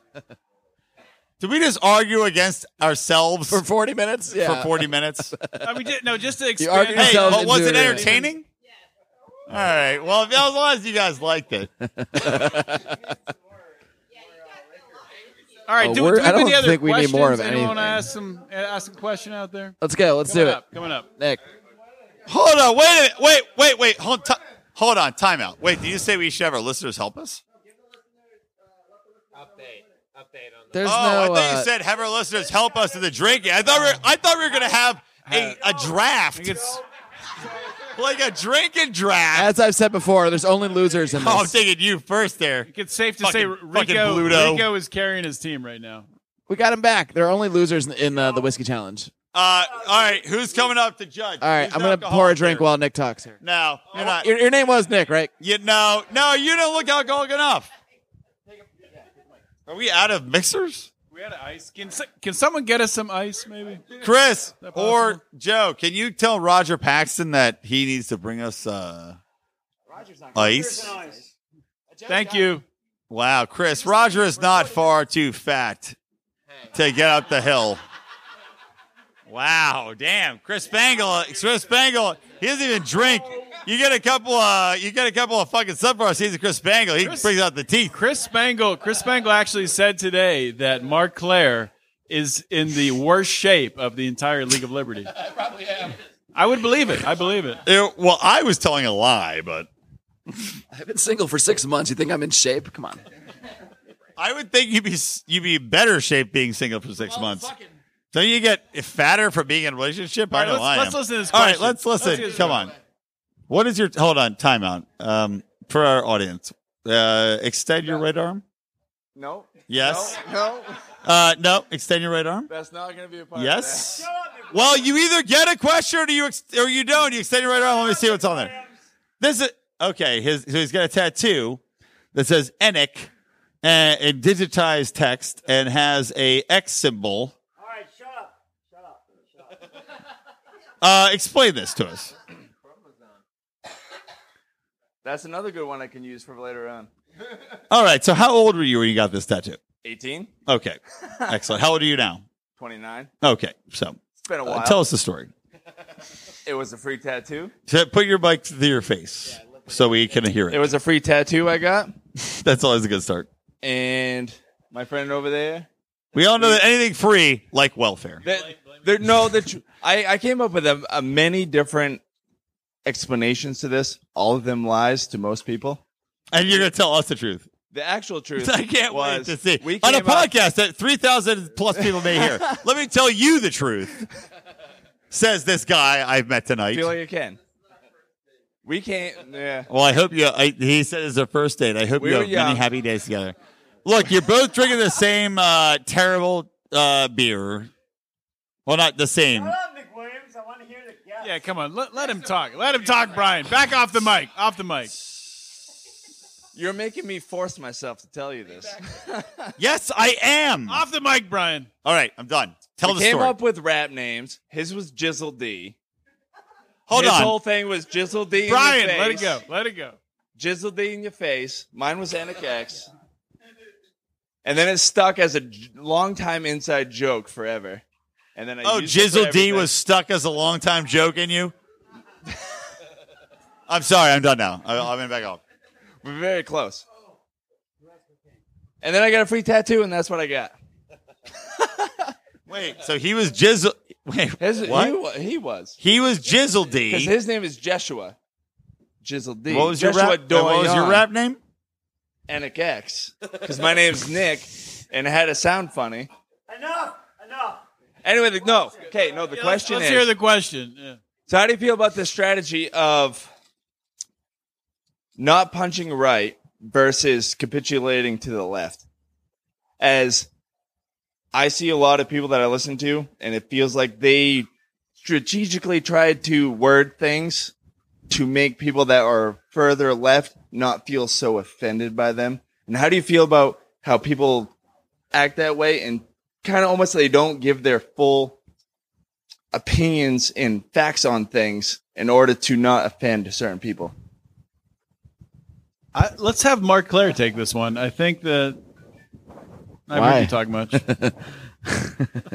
Speaker 3: Did we just argue against ourselves
Speaker 1: For
Speaker 3: for,
Speaker 1: 40 minutes? Yeah.
Speaker 3: 40 minutes?
Speaker 4: I mean, ju- Uh, no, just to
Speaker 1: argued
Speaker 4: expand.
Speaker 3: hey,
Speaker 1: yourselves
Speaker 3: but was
Speaker 1: into
Speaker 3: it
Speaker 1: it.
Speaker 3: entertaining? All right. Well, if- as long as you guys liked it.
Speaker 4: All right,
Speaker 1: Uh,
Speaker 4: do, do
Speaker 1: we're-
Speaker 4: we have
Speaker 1: I don't
Speaker 4: any other
Speaker 1: think we need
Speaker 4: questions?
Speaker 1: more of
Speaker 4: Anyone
Speaker 1: anything.
Speaker 4: ask some uh, ask a question out there?
Speaker 1: Let's go. Let's
Speaker 4: Coming
Speaker 1: do it.
Speaker 4: up, Coming up.
Speaker 1: Nick.
Speaker 3: Hold on. Wait a minute. Wait, wait, wait. Hold, ti hold on. Time out. Wait, do you say we should have our listeners help us?
Speaker 1: There's
Speaker 3: oh, I
Speaker 1: no.
Speaker 3: thought
Speaker 1: uh,
Speaker 3: you said have our listeners help us in the drinking. I thought we were, I thought we were going to have a, a draft. like a drinking draft.
Speaker 1: as I've said before, there's only losers in this.
Speaker 3: Oh, I'm thinking you first there.
Speaker 4: It's safe to
Speaker 3: Fucking-
Speaker 4: say
Speaker 3: fucking
Speaker 4: Rico,
Speaker 3: Bluto.
Speaker 4: Rico is carrying his team right now.
Speaker 1: we got him back. There are only losers in, in uh, the whiskey challenge.
Speaker 3: Uh, all right, who's coming up to judge?
Speaker 1: All right,
Speaker 3: Who's
Speaker 1: I'm
Speaker 3: the
Speaker 1: gonna pour a
Speaker 3: alcoholic
Speaker 1: drink
Speaker 3: here?
Speaker 1: while Nick talks here.
Speaker 3: No, you're not.
Speaker 1: Your, your name was Nick, right?
Speaker 3: You no, no, you don't look alcoholic enough. Are we out of mixers?
Speaker 4: We had ice. Can, so- can someone get us some ice, maybe?
Speaker 3: Chris
Speaker 4: that possible?
Speaker 3: or Joe, can you tell Roger Paxton that he needs to bring us uh, ice?
Speaker 4: Thank you.
Speaker 3: Wow, Chris, Roger is not far too fat to get up the hill. Wow, damn, Chris Spangle, Chris Spangle, he doesn't even drink. You get a couple, uh, you get a couple of fucking sunflower seeds of Chris Spangle. He brings out the teeth.
Speaker 4: Chris Spangle. Chris Spangle actually said today that Mark Claire is in the worst shape of the entire League of Liberty. I probably am. I would believe it. I believe it.
Speaker 3: Eh, well, I was telling a lie, but
Speaker 1: I've been single for six months. You think I'm in shape? Come on.
Speaker 3: I would think you'd be s- you'd be in better shape being single for six months. Don't you get fatter for being in a relationship? I
Speaker 4: All right,
Speaker 3: know
Speaker 4: let's-
Speaker 3: I am.
Speaker 4: let's listen to this
Speaker 3: All right,
Speaker 4: question.
Speaker 3: let's
Speaker 4: Let's
Speaker 3: listen.
Speaker 4: hear this
Speaker 3: Come on.
Speaker 4: question.
Speaker 3: What is your hold on timeout um, for our audience? Uh, extend your right arm.
Speaker 8: No.
Speaker 3: Yes.
Speaker 8: No.
Speaker 3: Uh, no. Extend your right arm.
Speaker 8: That's not going to be a part
Speaker 3: Yes. Well, you either get a question or you ex- or you don't. You extend your right arm. Let me see what's on there. This is okay. His so he's got a tattoo that says Enoch and in digitized text and has a X symbol.
Speaker 5: All right, shut up. Shut up. Shut up.
Speaker 3: Uh, explain this to us.
Speaker 8: That's another good one I can use for later on.
Speaker 3: All right. So how old were you when you got this tattoo?
Speaker 8: 18,
Speaker 3: Okay. Excellent. How old are you now?
Speaker 8: 29.
Speaker 3: Okay. So
Speaker 8: It's been a
Speaker 3: uh,
Speaker 8: while.
Speaker 3: tell us the story.
Speaker 8: It was a free tattoo.
Speaker 3: So put your mic to your face so we can hear
Speaker 8: It
Speaker 3: it.
Speaker 8: was a free tattoo I got,
Speaker 3: That's always a good start.
Speaker 8: and my friend over there.
Speaker 3: We all know that anything free like welfare.
Speaker 8: That, there, no, the tr- I, I came up with a, a many different explanations to this. All of them lies to most people.
Speaker 3: And you're going to tell us the truth.
Speaker 8: The actual truth.
Speaker 3: I can't wait
Speaker 8: was
Speaker 3: to see.
Speaker 8: We
Speaker 3: On a
Speaker 8: came up-
Speaker 3: podcast that 3,000 plus people may hear. Let me tell you the truth, says this guy I've met tonight.
Speaker 8: feel like you can. We can't. Yeah.
Speaker 3: well, I hope you, I, he said it's their first date. I hope
Speaker 8: We
Speaker 3: you
Speaker 8: were
Speaker 3: have
Speaker 8: young.
Speaker 3: many happy days together. Look, you're both drinking the same uh, terrible uh, beer. Well, not the same.
Speaker 5: Shut up, Nick Williams. I want to hear the guest.
Speaker 4: Yeah, come on. Let, let him talk. Let him talk, Brian. Back off the mic. Off the mic.
Speaker 8: You're making me force myself to tell you this.
Speaker 3: Yes, I am. All
Speaker 4: Off the mic, Brian.
Speaker 3: right, I'm done. Tell
Speaker 8: we
Speaker 3: the
Speaker 8: came
Speaker 3: story.
Speaker 8: up with rap names. His was Jizzle D.
Speaker 3: Hold
Speaker 8: His
Speaker 3: on.
Speaker 8: whole thing was Jizzle D.
Speaker 4: Brian,
Speaker 8: in your
Speaker 4: let it
Speaker 8: face.
Speaker 4: go. Let it go.
Speaker 8: Jizzle D in your face. Mine was Anik X. And then it stuck as a j- long-time inside joke forever. And then I
Speaker 3: oh,
Speaker 8: used it for
Speaker 3: Jizzle D
Speaker 8: everything.
Speaker 3: was stuck as a long time joke in you? I'm sorry, I'm done now. I, I'm going to back off.
Speaker 8: We're very close. And then I got a free tattoo, and that's what I got.
Speaker 3: Wait, so he was Jizzle. Wait,
Speaker 8: His,
Speaker 3: what?
Speaker 8: He, wa- he was.
Speaker 3: He was Jizzle D.
Speaker 8: Because his name is Jeshua. Jizzle D.
Speaker 3: what was your
Speaker 8: Jeshua
Speaker 3: rap? What was your
Speaker 8: Doyon.
Speaker 3: rap name?
Speaker 8: Anik X. Because my name's Nick, and it had to sound funny.
Speaker 5: Enough. Enough.
Speaker 8: Anyway, the, no. Okay, no, the question
Speaker 4: Let's
Speaker 8: is.
Speaker 4: hear the question. Yeah.
Speaker 8: So how do you feel about the strategy of not punching right versus capitulating to the left? As I see a lot of people that I listen to, and it feels like they strategically tried to word things to make people that are further left not feel so offended by them. And how do you feel about how people act that way and kind of almost they don't give their full opinions and facts on things in order to not offend certain people.
Speaker 4: I, let's have Mark Claire take this one. I think that I
Speaker 1: Why?
Speaker 4: won't be talking much.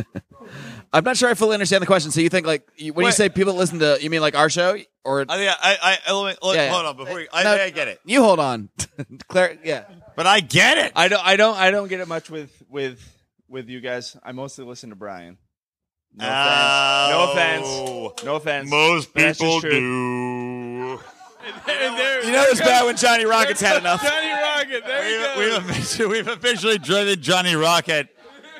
Speaker 1: I'm not sure I fully understand the question. So you think like you, when you
Speaker 3: Wait.
Speaker 1: say people that listen to you mean like our show or
Speaker 3: I think I, I, I let me- look,
Speaker 1: Yeah, yeah.
Speaker 3: hold on before you, I,
Speaker 1: No.
Speaker 3: I get it,
Speaker 1: you hold on, Claire? Yeah.
Speaker 3: but I get it.
Speaker 8: I don't I don't I don't get it much with with with you guys. I mostly listen to Brian. No
Speaker 3: Oh.
Speaker 8: offense. No offense. No offense.
Speaker 3: Most
Speaker 8: But that's just
Speaker 3: people
Speaker 8: true.
Speaker 3: do.
Speaker 1: You know it's bad when Johnny Rockets had enough.
Speaker 4: Johnny Rocket, there you go.
Speaker 3: We've officially, we've officially driven Johnny Rocket.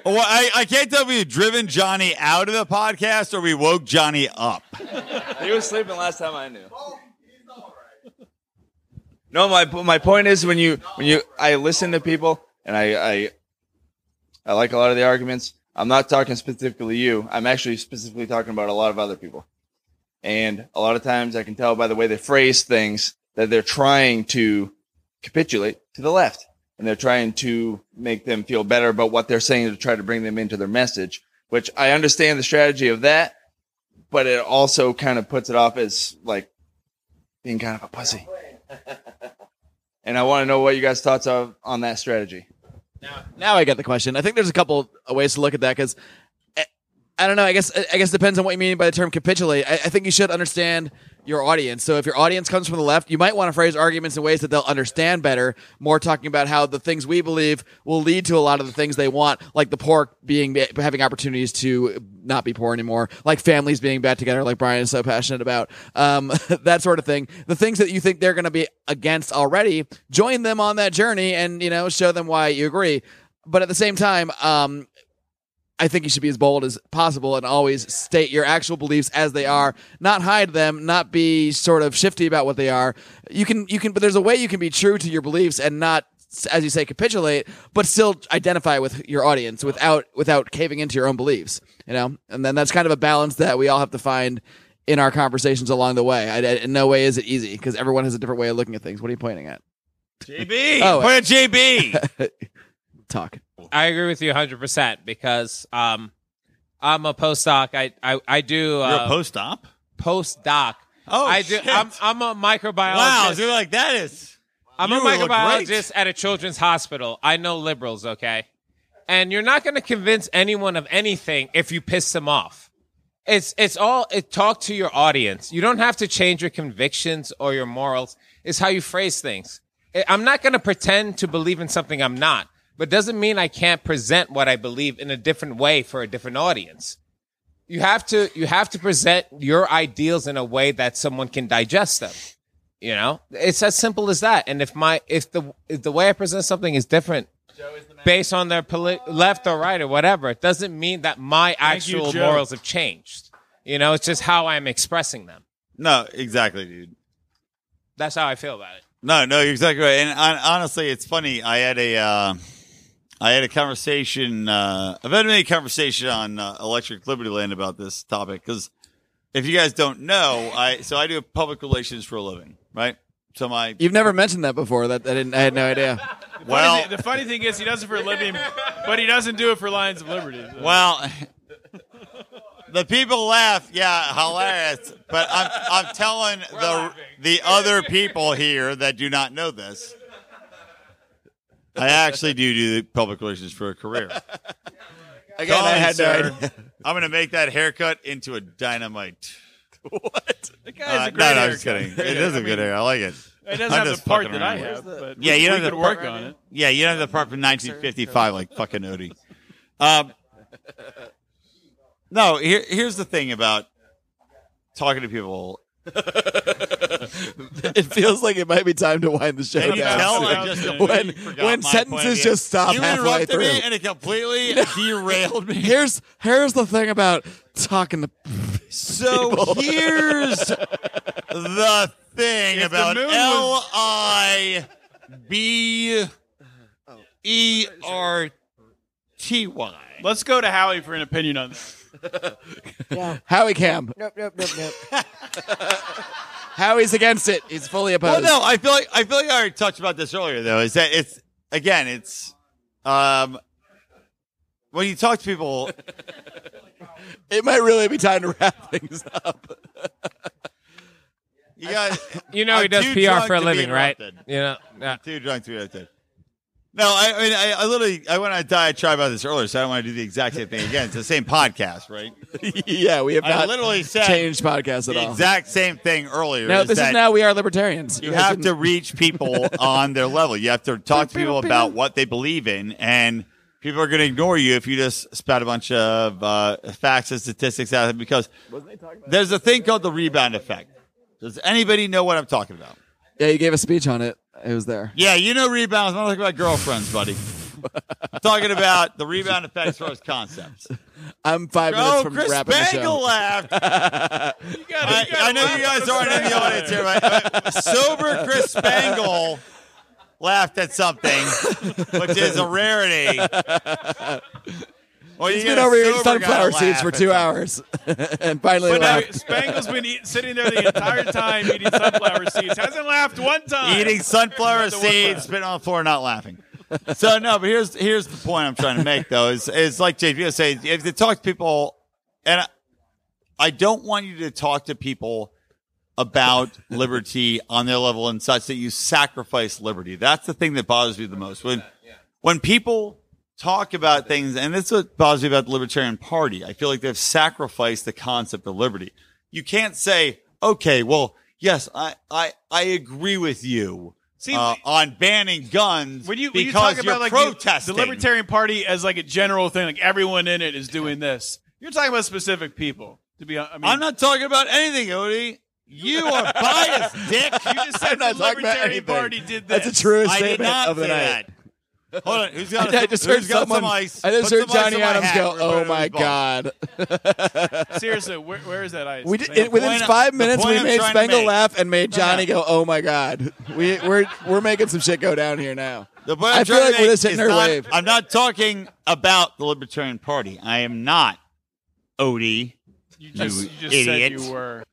Speaker 3: Well, I, I can't tell if we've driven Johnny out of the podcast or we woke Johnny up.
Speaker 8: He was sleeping last time I knew. No, my my point is when you when you I listen to people and I I, I like a lot of the arguments. I'm not talking specifically you. I'm actually specifically talking about a lot of other people. And a lot of times I can tell by the way they phrase things that they're trying to capitulate to the left and they're trying to make them feel better about what they're saying to try to bring them into their message, which I understand the strategy of that, but it also kind of puts it off as like being kind of a pussy. And I want to know what you guys' thoughts are on that strategy.
Speaker 1: Now I get the question. I think there's a couple ways to look at that because I, I don't know. I guess I I guess it depends on what you mean by the term capitulate. I, I think you should understand your audience. So if your audience comes from the left, you might want to phrase arguments in ways that they'll understand better. More talking about how the things we believe will lead to a lot of the things they want, like the poor being having opportunities to not be poor anymore, like families being back together, like Brian is so passionate about, um, that sort of thing. The things that you think they're going to be against already, join them on that journey, and you know show them why you agree. But at the same time, um, I think you should be as bold as possible and always state your actual beliefs as they are, not hide them, not be sort of shifty about what they are. You can, you can, but there's a way you can be true to your beliefs and not, as you say, capitulate, but still identify with your audience without, without caving into your own beliefs, you know? And then that's kind of a balance that we all have to find in our conversations along the way. I, I- in no way is it easy because everyone has a different way of looking at things. What are you pointing at?
Speaker 3: JB,
Speaker 1: Oh.
Speaker 3: put a JB.
Speaker 1: Talk.
Speaker 7: I agree with you 100% because um, I'm a postdoc. I, I, I do
Speaker 3: You're a
Speaker 7: uh,
Speaker 3: post-op.
Speaker 7: postdoc.
Speaker 3: Oh,
Speaker 7: I do.
Speaker 3: shit.
Speaker 7: I'm, I'm a microbiologist.
Speaker 3: Wow, so you're like that is.
Speaker 7: I'm
Speaker 3: You
Speaker 7: a
Speaker 3: look
Speaker 7: microbiologist at a children's hospital. I know liberals, okay? And you're not going to convince anyone of anything if you piss them off. It's it's all it talk to your audience. You don't have to change your convictions or your morals. It's how you phrase things. I- I'm not going to pretend to believe in something I'm not, but doesn't mean I can't present what I believe in a different way for a different audience. You have to you have to present your ideals in a way that someone can digest them. You know, it's as simple as that. And if my if the if the way I present something is different based on their poli- left or right or whatever, it doesn't mean that my
Speaker 4: you,
Speaker 7: actual
Speaker 4: Joe.
Speaker 7: morals have changed. You know, it's just how I'm expressing them.
Speaker 3: No, exactly, dude.
Speaker 7: That's how I feel about it.
Speaker 3: No, no, you're exactly right. And hon- honestly, it's funny. I had a, uh, I had a conversation. Uh, I've had many conversation on uh, Electric Liberty Land about this topic because if you guys don't know, I so I do public relations for a living, right? So my
Speaker 1: You've never mentioned that before. That I didn't, I had no idea.
Speaker 3: well,
Speaker 4: Funny thing- the funny thing is, he does it for a living, but he doesn't do it for Lions of Liberty. So.
Speaker 3: Well, the people laugh. Yeah, hilarious. But I'm I'm telling the the other people here that do not know this. I actually do do public relations for a career.
Speaker 1: Again, I had no
Speaker 3: Sorry,
Speaker 1: idea.
Speaker 3: sir. I'm going to make that haircut into a dynamite. What?
Speaker 4: the guy's a great
Speaker 3: no, no, I'm
Speaker 4: haircut.
Speaker 3: just kidding.
Speaker 4: Great
Speaker 3: It is a
Speaker 4: haircut.
Speaker 3: good hair. I like it.
Speaker 4: It doesn't
Speaker 3: I'm
Speaker 4: have
Speaker 3: just
Speaker 4: the part
Speaker 3: fucking
Speaker 4: that I
Speaker 3: around.
Speaker 4: have, but
Speaker 3: Yeah,
Speaker 4: we-
Speaker 3: you
Speaker 4: we
Speaker 3: don't have
Speaker 4: could
Speaker 3: the
Speaker 4: work
Speaker 3: part-
Speaker 4: on it.
Speaker 3: Yeah, you don't have the part from 1955 like fucking Odie. Um, no, here, here's the thing about talking to people.
Speaker 1: It feels like it might be time to wind the show
Speaker 3: And you
Speaker 1: down.
Speaker 3: tell
Speaker 1: soon.
Speaker 3: I just
Speaker 1: when
Speaker 3: completely forgot
Speaker 1: when
Speaker 3: my point of
Speaker 1: sentences
Speaker 3: view.
Speaker 1: just stop
Speaker 3: You
Speaker 1: halfway
Speaker 3: interrupted
Speaker 1: through.
Speaker 3: me and it completely derailed me.
Speaker 1: here's here's the thing about talking to
Speaker 3: So here's the thing
Speaker 4: If the
Speaker 3: about
Speaker 4: moon was-
Speaker 3: L I B E R T Y.
Speaker 4: Let's go to Howie for an opinion on this.
Speaker 1: Howie Cam.
Speaker 10: Nope, nope, nope, nope.
Speaker 1: Howie's against it. He's fully
Speaker 3: Well,
Speaker 1: opposed.
Speaker 3: no, I feel like I feel like I already touched about this earlier though. Is that it's again, it's um when you talk to people,
Speaker 1: It might really be time to wrap things up.
Speaker 3: you got
Speaker 7: You know,
Speaker 3: I'm
Speaker 7: he does
Speaker 3: too
Speaker 7: PR
Speaker 3: drunk
Speaker 7: for a
Speaker 3: to be
Speaker 7: living, right?
Speaker 3: interrupted.
Speaker 7: You know, yeah.
Speaker 3: too drunk to be that. No, I, I mean, I, I literally I went on a diatribe about this earlier, so I don't want to do the exact same thing again. It's the same podcast, right?
Speaker 1: yeah, we have
Speaker 3: I
Speaker 1: not
Speaker 3: literally said
Speaker 1: changed podcasts at
Speaker 3: the
Speaker 1: all.
Speaker 3: exact same thing earlier.
Speaker 1: no, this is
Speaker 3: that
Speaker 1: now we are libertarians.
Speaker 3: You
Speaker 1: guys
Speaker 3: have to
Speaker 1: didn't-
Speaker 3: reach people on their level. You have to talk to people about what they believe in and People are going to ignore you if you just spout a bunch of uh, facts and statistics out there because there's a thing called the rebound effect. Does anybody know what I'm talking about?
Speaker 1: Yeah, you gave a speech on it. It was there.
Speaker 3: Yeah, you know rebounds. I'm not talking about girlfriends, buddy. I'm talking about the rebound effects for his concepts.
Speaker 1: I'm five minutes
Speaker 3: Oh,
Speaker 1: from
Speaker 3: Chris
Speaker 1: wrapping the show.
Speaker 3: Bangle laughed. I, I know you guys aren't in the audience here, but, but sober Chris Spangle laughed at something, which is a rarity. Well,
Speaker 1: He's
Speaker 3: you
Speaker 1: been
Speaker 3: get a
Speaker 1: over here eating
Speaker 3: sober guy
Speaker 1: sunflower
Speaker 3: to
Speaker 1: seeds
Speaker 3: laugh
Speaker 1: for
Speaker 3: at
Speaker 1: two
Speaker 3: something.
Speaker 1: hours, and finally
Speaker 4: But now
Speaker 1: laughed.
Speaker 4: Spangle's been eat, sitting there the entire time eating sunflower seeds. Hasn't laughed one time.
Speaker 3: Eating sunflower
Speaker 4: Not the one
Speaker 3: seeds,
Speaker 4: time.
Speaker 3: spitting on the floor, not laughing. So no, but here's here's the point I'm trying to make though is is like JP was saying, if they talk to people, and I, I don't want you to talk to people about liberty on their level and such that you sacrifice liberty. That's the thing that bothers me the most. When when people talk about things, and that's what bothers me about the Libertarian Party. I feel like they've sacrificed the concept of liberty. You can't say, okay, well, yes, I I, I agree with you
Speaker 4: See,
Speaker 3: uh, on banning guns
Speaker 4: When you, when you
Speaker 3: because
Speaker 4: talk about
Speaker 3: are
Speaker 4: like the-
Speaker 3: protesting.
Speaker 4: the Libertarian Party as like a general thing, like everyone in it is doing this. You're talking about specific people. To be, hon- I mean,
Speaker 3: I'm not talking about anything, Odie. You are biased, dick.
Speaker 4: You just said
Speaker 1: not
Speaker 4: the
Speaker 1: talking about
Speaker 4: Libertarian
Speaker 1: anything.
Speaker 4: Party did this.
Speaker 1: That's the truest
Speaker 3: I did
Speaker 1: statement
Speaker 3: not
Speaker 1: of the
Speaker 3: say
Speaker 1: night.
Speaker 3: that. Hold on, who's got,
Speaker 1: I
Speaker 3: some,
Speaker 1: just heard
Speaker 3: who's got
Speaker 1: someone.
Speaker 3: some ice?
Speaker 1: I just
Speaker 3: Put
Speaker 1: heard
Speaker 3: some ice
Speaker 1: Johnny
Speaker 3: in my
Speaker 1: Adams
Speaker 3: hat.
Speaker 1: go, "Oh
Speaker 3: Roberto
Speaker 1: my
Speaker 3: Duval."
Speaker 1: god!"
Speaker 4: Seriously, where, where is that ice?
Speaker 1: We did,
Speaker 4: Like,
Speaker 1: it, within
Speaker 3: point I-
Speaker 1: five
Speaker 3: the
Speaker 1: minutes,
Speaker 3: point
Speaker 1: we
Speaker 3: I'm
Speaker 1: made
Speaker 3: trying to
Speaker 1: Spangle
Speaker 3: make-
Speaker 1: laugh and made
Speaker 3: No, no.
Speaker 1: Johnny go, "Oh my god!" We we're we're making some shit go down here now.
Speaker 3: The point I'm
Speaker 1: I feel
Speaker 3: trying to
Speaker 1: like we're
Speaker 3: make
Speaker 1: just hitting
Speaker 3: is
Speaker 1: her
Speaker 3: not-
Speaker 1: wave.
Speaker 3: I'm not talking about the Libertarian Party. I am not Odie.
Speaker 4: you just, you just said
Speaker 3: idiot.
Speaker 4: you were.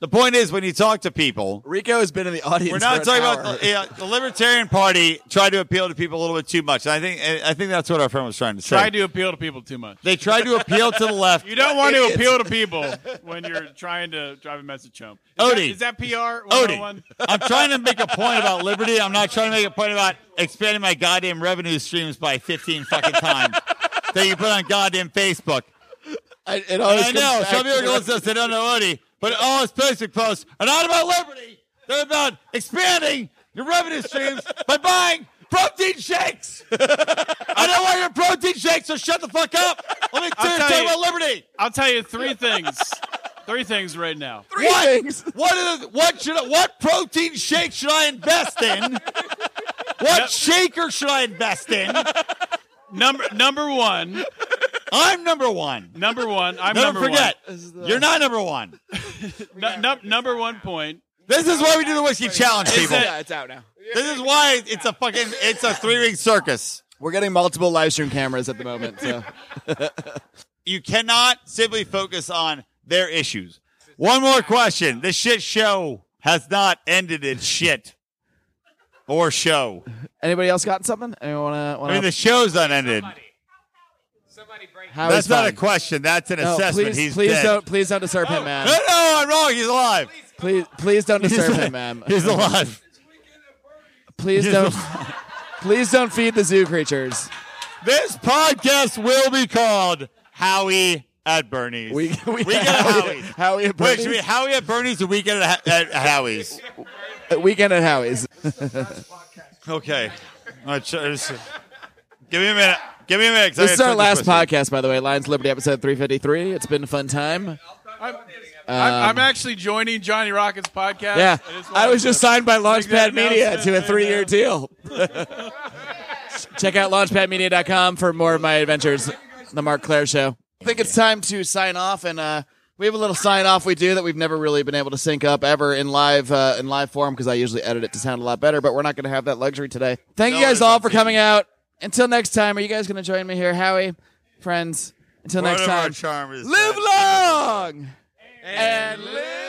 Speaker 3: The point is, when you talk to people,
Speaker 1: Rico has been in the audience.
Speaker 3: we're not
Speaker 1: for
Speaker 3: talking
Speaker 1: an hour.
Speaker 3: about the, yeah, the Libertarian Party tried to appeal to people a little bit too much. And I think and I think that's what our friend was trying to say.
Speaker 4: Try to appeal to people too much.
Speaker 3: they tried to appeal to the left.
Speaker 4: You don't want to
Speaker 1: Idiots.
Speaker 4: appeal to people when you're trying to drive a message home. Is
Speaker 3: Odie.
Speaker 4: that, is that PR?
Speaker 3: Odie,
Speaker 4: 101?
Speaker 3: I'm trying to make a point about liberty. I'm not trying to make a point about expanding my goddamn revenue streams by 15 fucking times that you put on goddamn Facebook.
Speaker 1: I, it always
Speaker 3: I
Speaker 1: comes
Speaker 3: know
Speaker 1: back
Speaker 3: some
Speaker 1: to
Speaker 3: people
Speaker 1: the-
Speaker 3: go listen to don't know Odie, but all his Facebook posts are not about liberty. They're about expanding your revenue streams by buying protein shakes. I don't want your protein shakes, so shut the fuck up. Let me
Speaker 4: I'll
Speaker 3: talk
Speaker 4: tell you-
Speaker 3: about liberty.
Speaker 4: I'll tell you three things. three things right now.
Speaker 1: Three
Speaker 3: what?
Speaker 1: things.
Speaker 3: What, are the, what should I, what protein shake should I invest in? What shaker should I invest in?
Speaker 4: Number number one.
Speaker 3: I'm number one.
Speaker 4: Number one. I'm
Speaker 3: Never
Speaker 4: number
Speaker 3: forget, you're not number one.
Speaker 4: one. Nu- num- number one point.
Speaker 3: This is why we do the whiskey challenge, people.
Speaker 1: Yeah, it's out now.
Speaker 3: This is why it's a fucking it's a three ring circus.
Speaker 1: We're getting multiple live stream cameras at the moment. So.
Speaker 3: You cannot simply focus on their issues. One more question. This shit show has not ended in shit or show.
Speaker 1: Anybody else got something? Anyone wanna?
Speaker 3: I
Speaker 1: wanna
Speaker 3: mean, the show's unended.
Speaker 7: Somebody break.
Speaker 1: how
Speaker 3: That's
Speaker 1: he's
Speaker 3: not a
Speaker 1: fine.
Speaker 3: question. That's an
Speaker 1: No,
Speaker 3: assessment.
Speaker 1: please,
Speaker 3: He's
Speaker 1: please
Speaker 3: dead.
Speaker 1: don't, please don't disturb him, man.
Speaker 3: No, no, I'm wrong. He's alive.
Speaker 1: Please, please don't
Speaker 3: He's,
Speaker 1: disturb him, ma'am.
Speaker 3: he's alive.
Speaker 1: Please
Speaker 3: he's
Speaker 1: don't, please don't feed the zoo creatures.
Speaker 3: This podcast will be called Howie at Bernie's.
Speaker 1: We we,
Speaker 3: Weekend at Howie's.
Speaker 1: Howie at
Speaker 3: Wait, should we
Speaker 1: Bernie's.
Speaker 3: Howie at Bernie's or Weekend at, at Howie's?
Speaker 1: Weekend at Howie's.
Speaker 3: Okay. All right, so- so- give me a minute. Give me a minute. 'cause I
Speaker 1: This is
Speaker 3: gotta
Speaker 1: our
Speaker 3: check
Speaker 1: last
Speaker 3: this whiskey.
Speaker 1: podcast, by the way. Lions Liberty episode 353. It's been a fun time.
Speaker 4: I'm, I'm actually joining Johnny Rockets podcast.
Speaker 1: Yeah,
Speaker 4: I just
Speaker 1: I
Speaker 4: wanted
Speaker 1: was just
Speaker 4: to-
Speaker 1: signed by
Speaker 4: make that
Speaker 1: Launchpad Media
Speaker 4: announcement
Speaker 1: to a
Speaker 4: right
Speaker 1: three-year
Speaker 3: uh,
Speaker 4: now.
Speaker 1: deal. Check out launchpadmedia.com for more of my adventures. The Mark Claire Show. I think it's time to sign off, and uh, we have a little sign off we do that we've never really been able to sync up ever in live uh, in live form because I usually edit it to sound a lot better, but we're not going to have that luxury today. Thank you
Speaker 3: No,
Speaker 1: guys
Speaker 3: it's
Speaker 1: all
Speaker 3: not
Speaker 1: for
Speaker 3: easy.
Speaker 1: coming out. Until next time, are you guys going to join me here, Howie? Friends, until
Speaker 3: Part
Speaker 1: next
Speaker 3: of our
Speaker 1: time,
Speaker 3: charm is
Speaker 1: live
Speaker 3: that-
Speaker 1: long and live.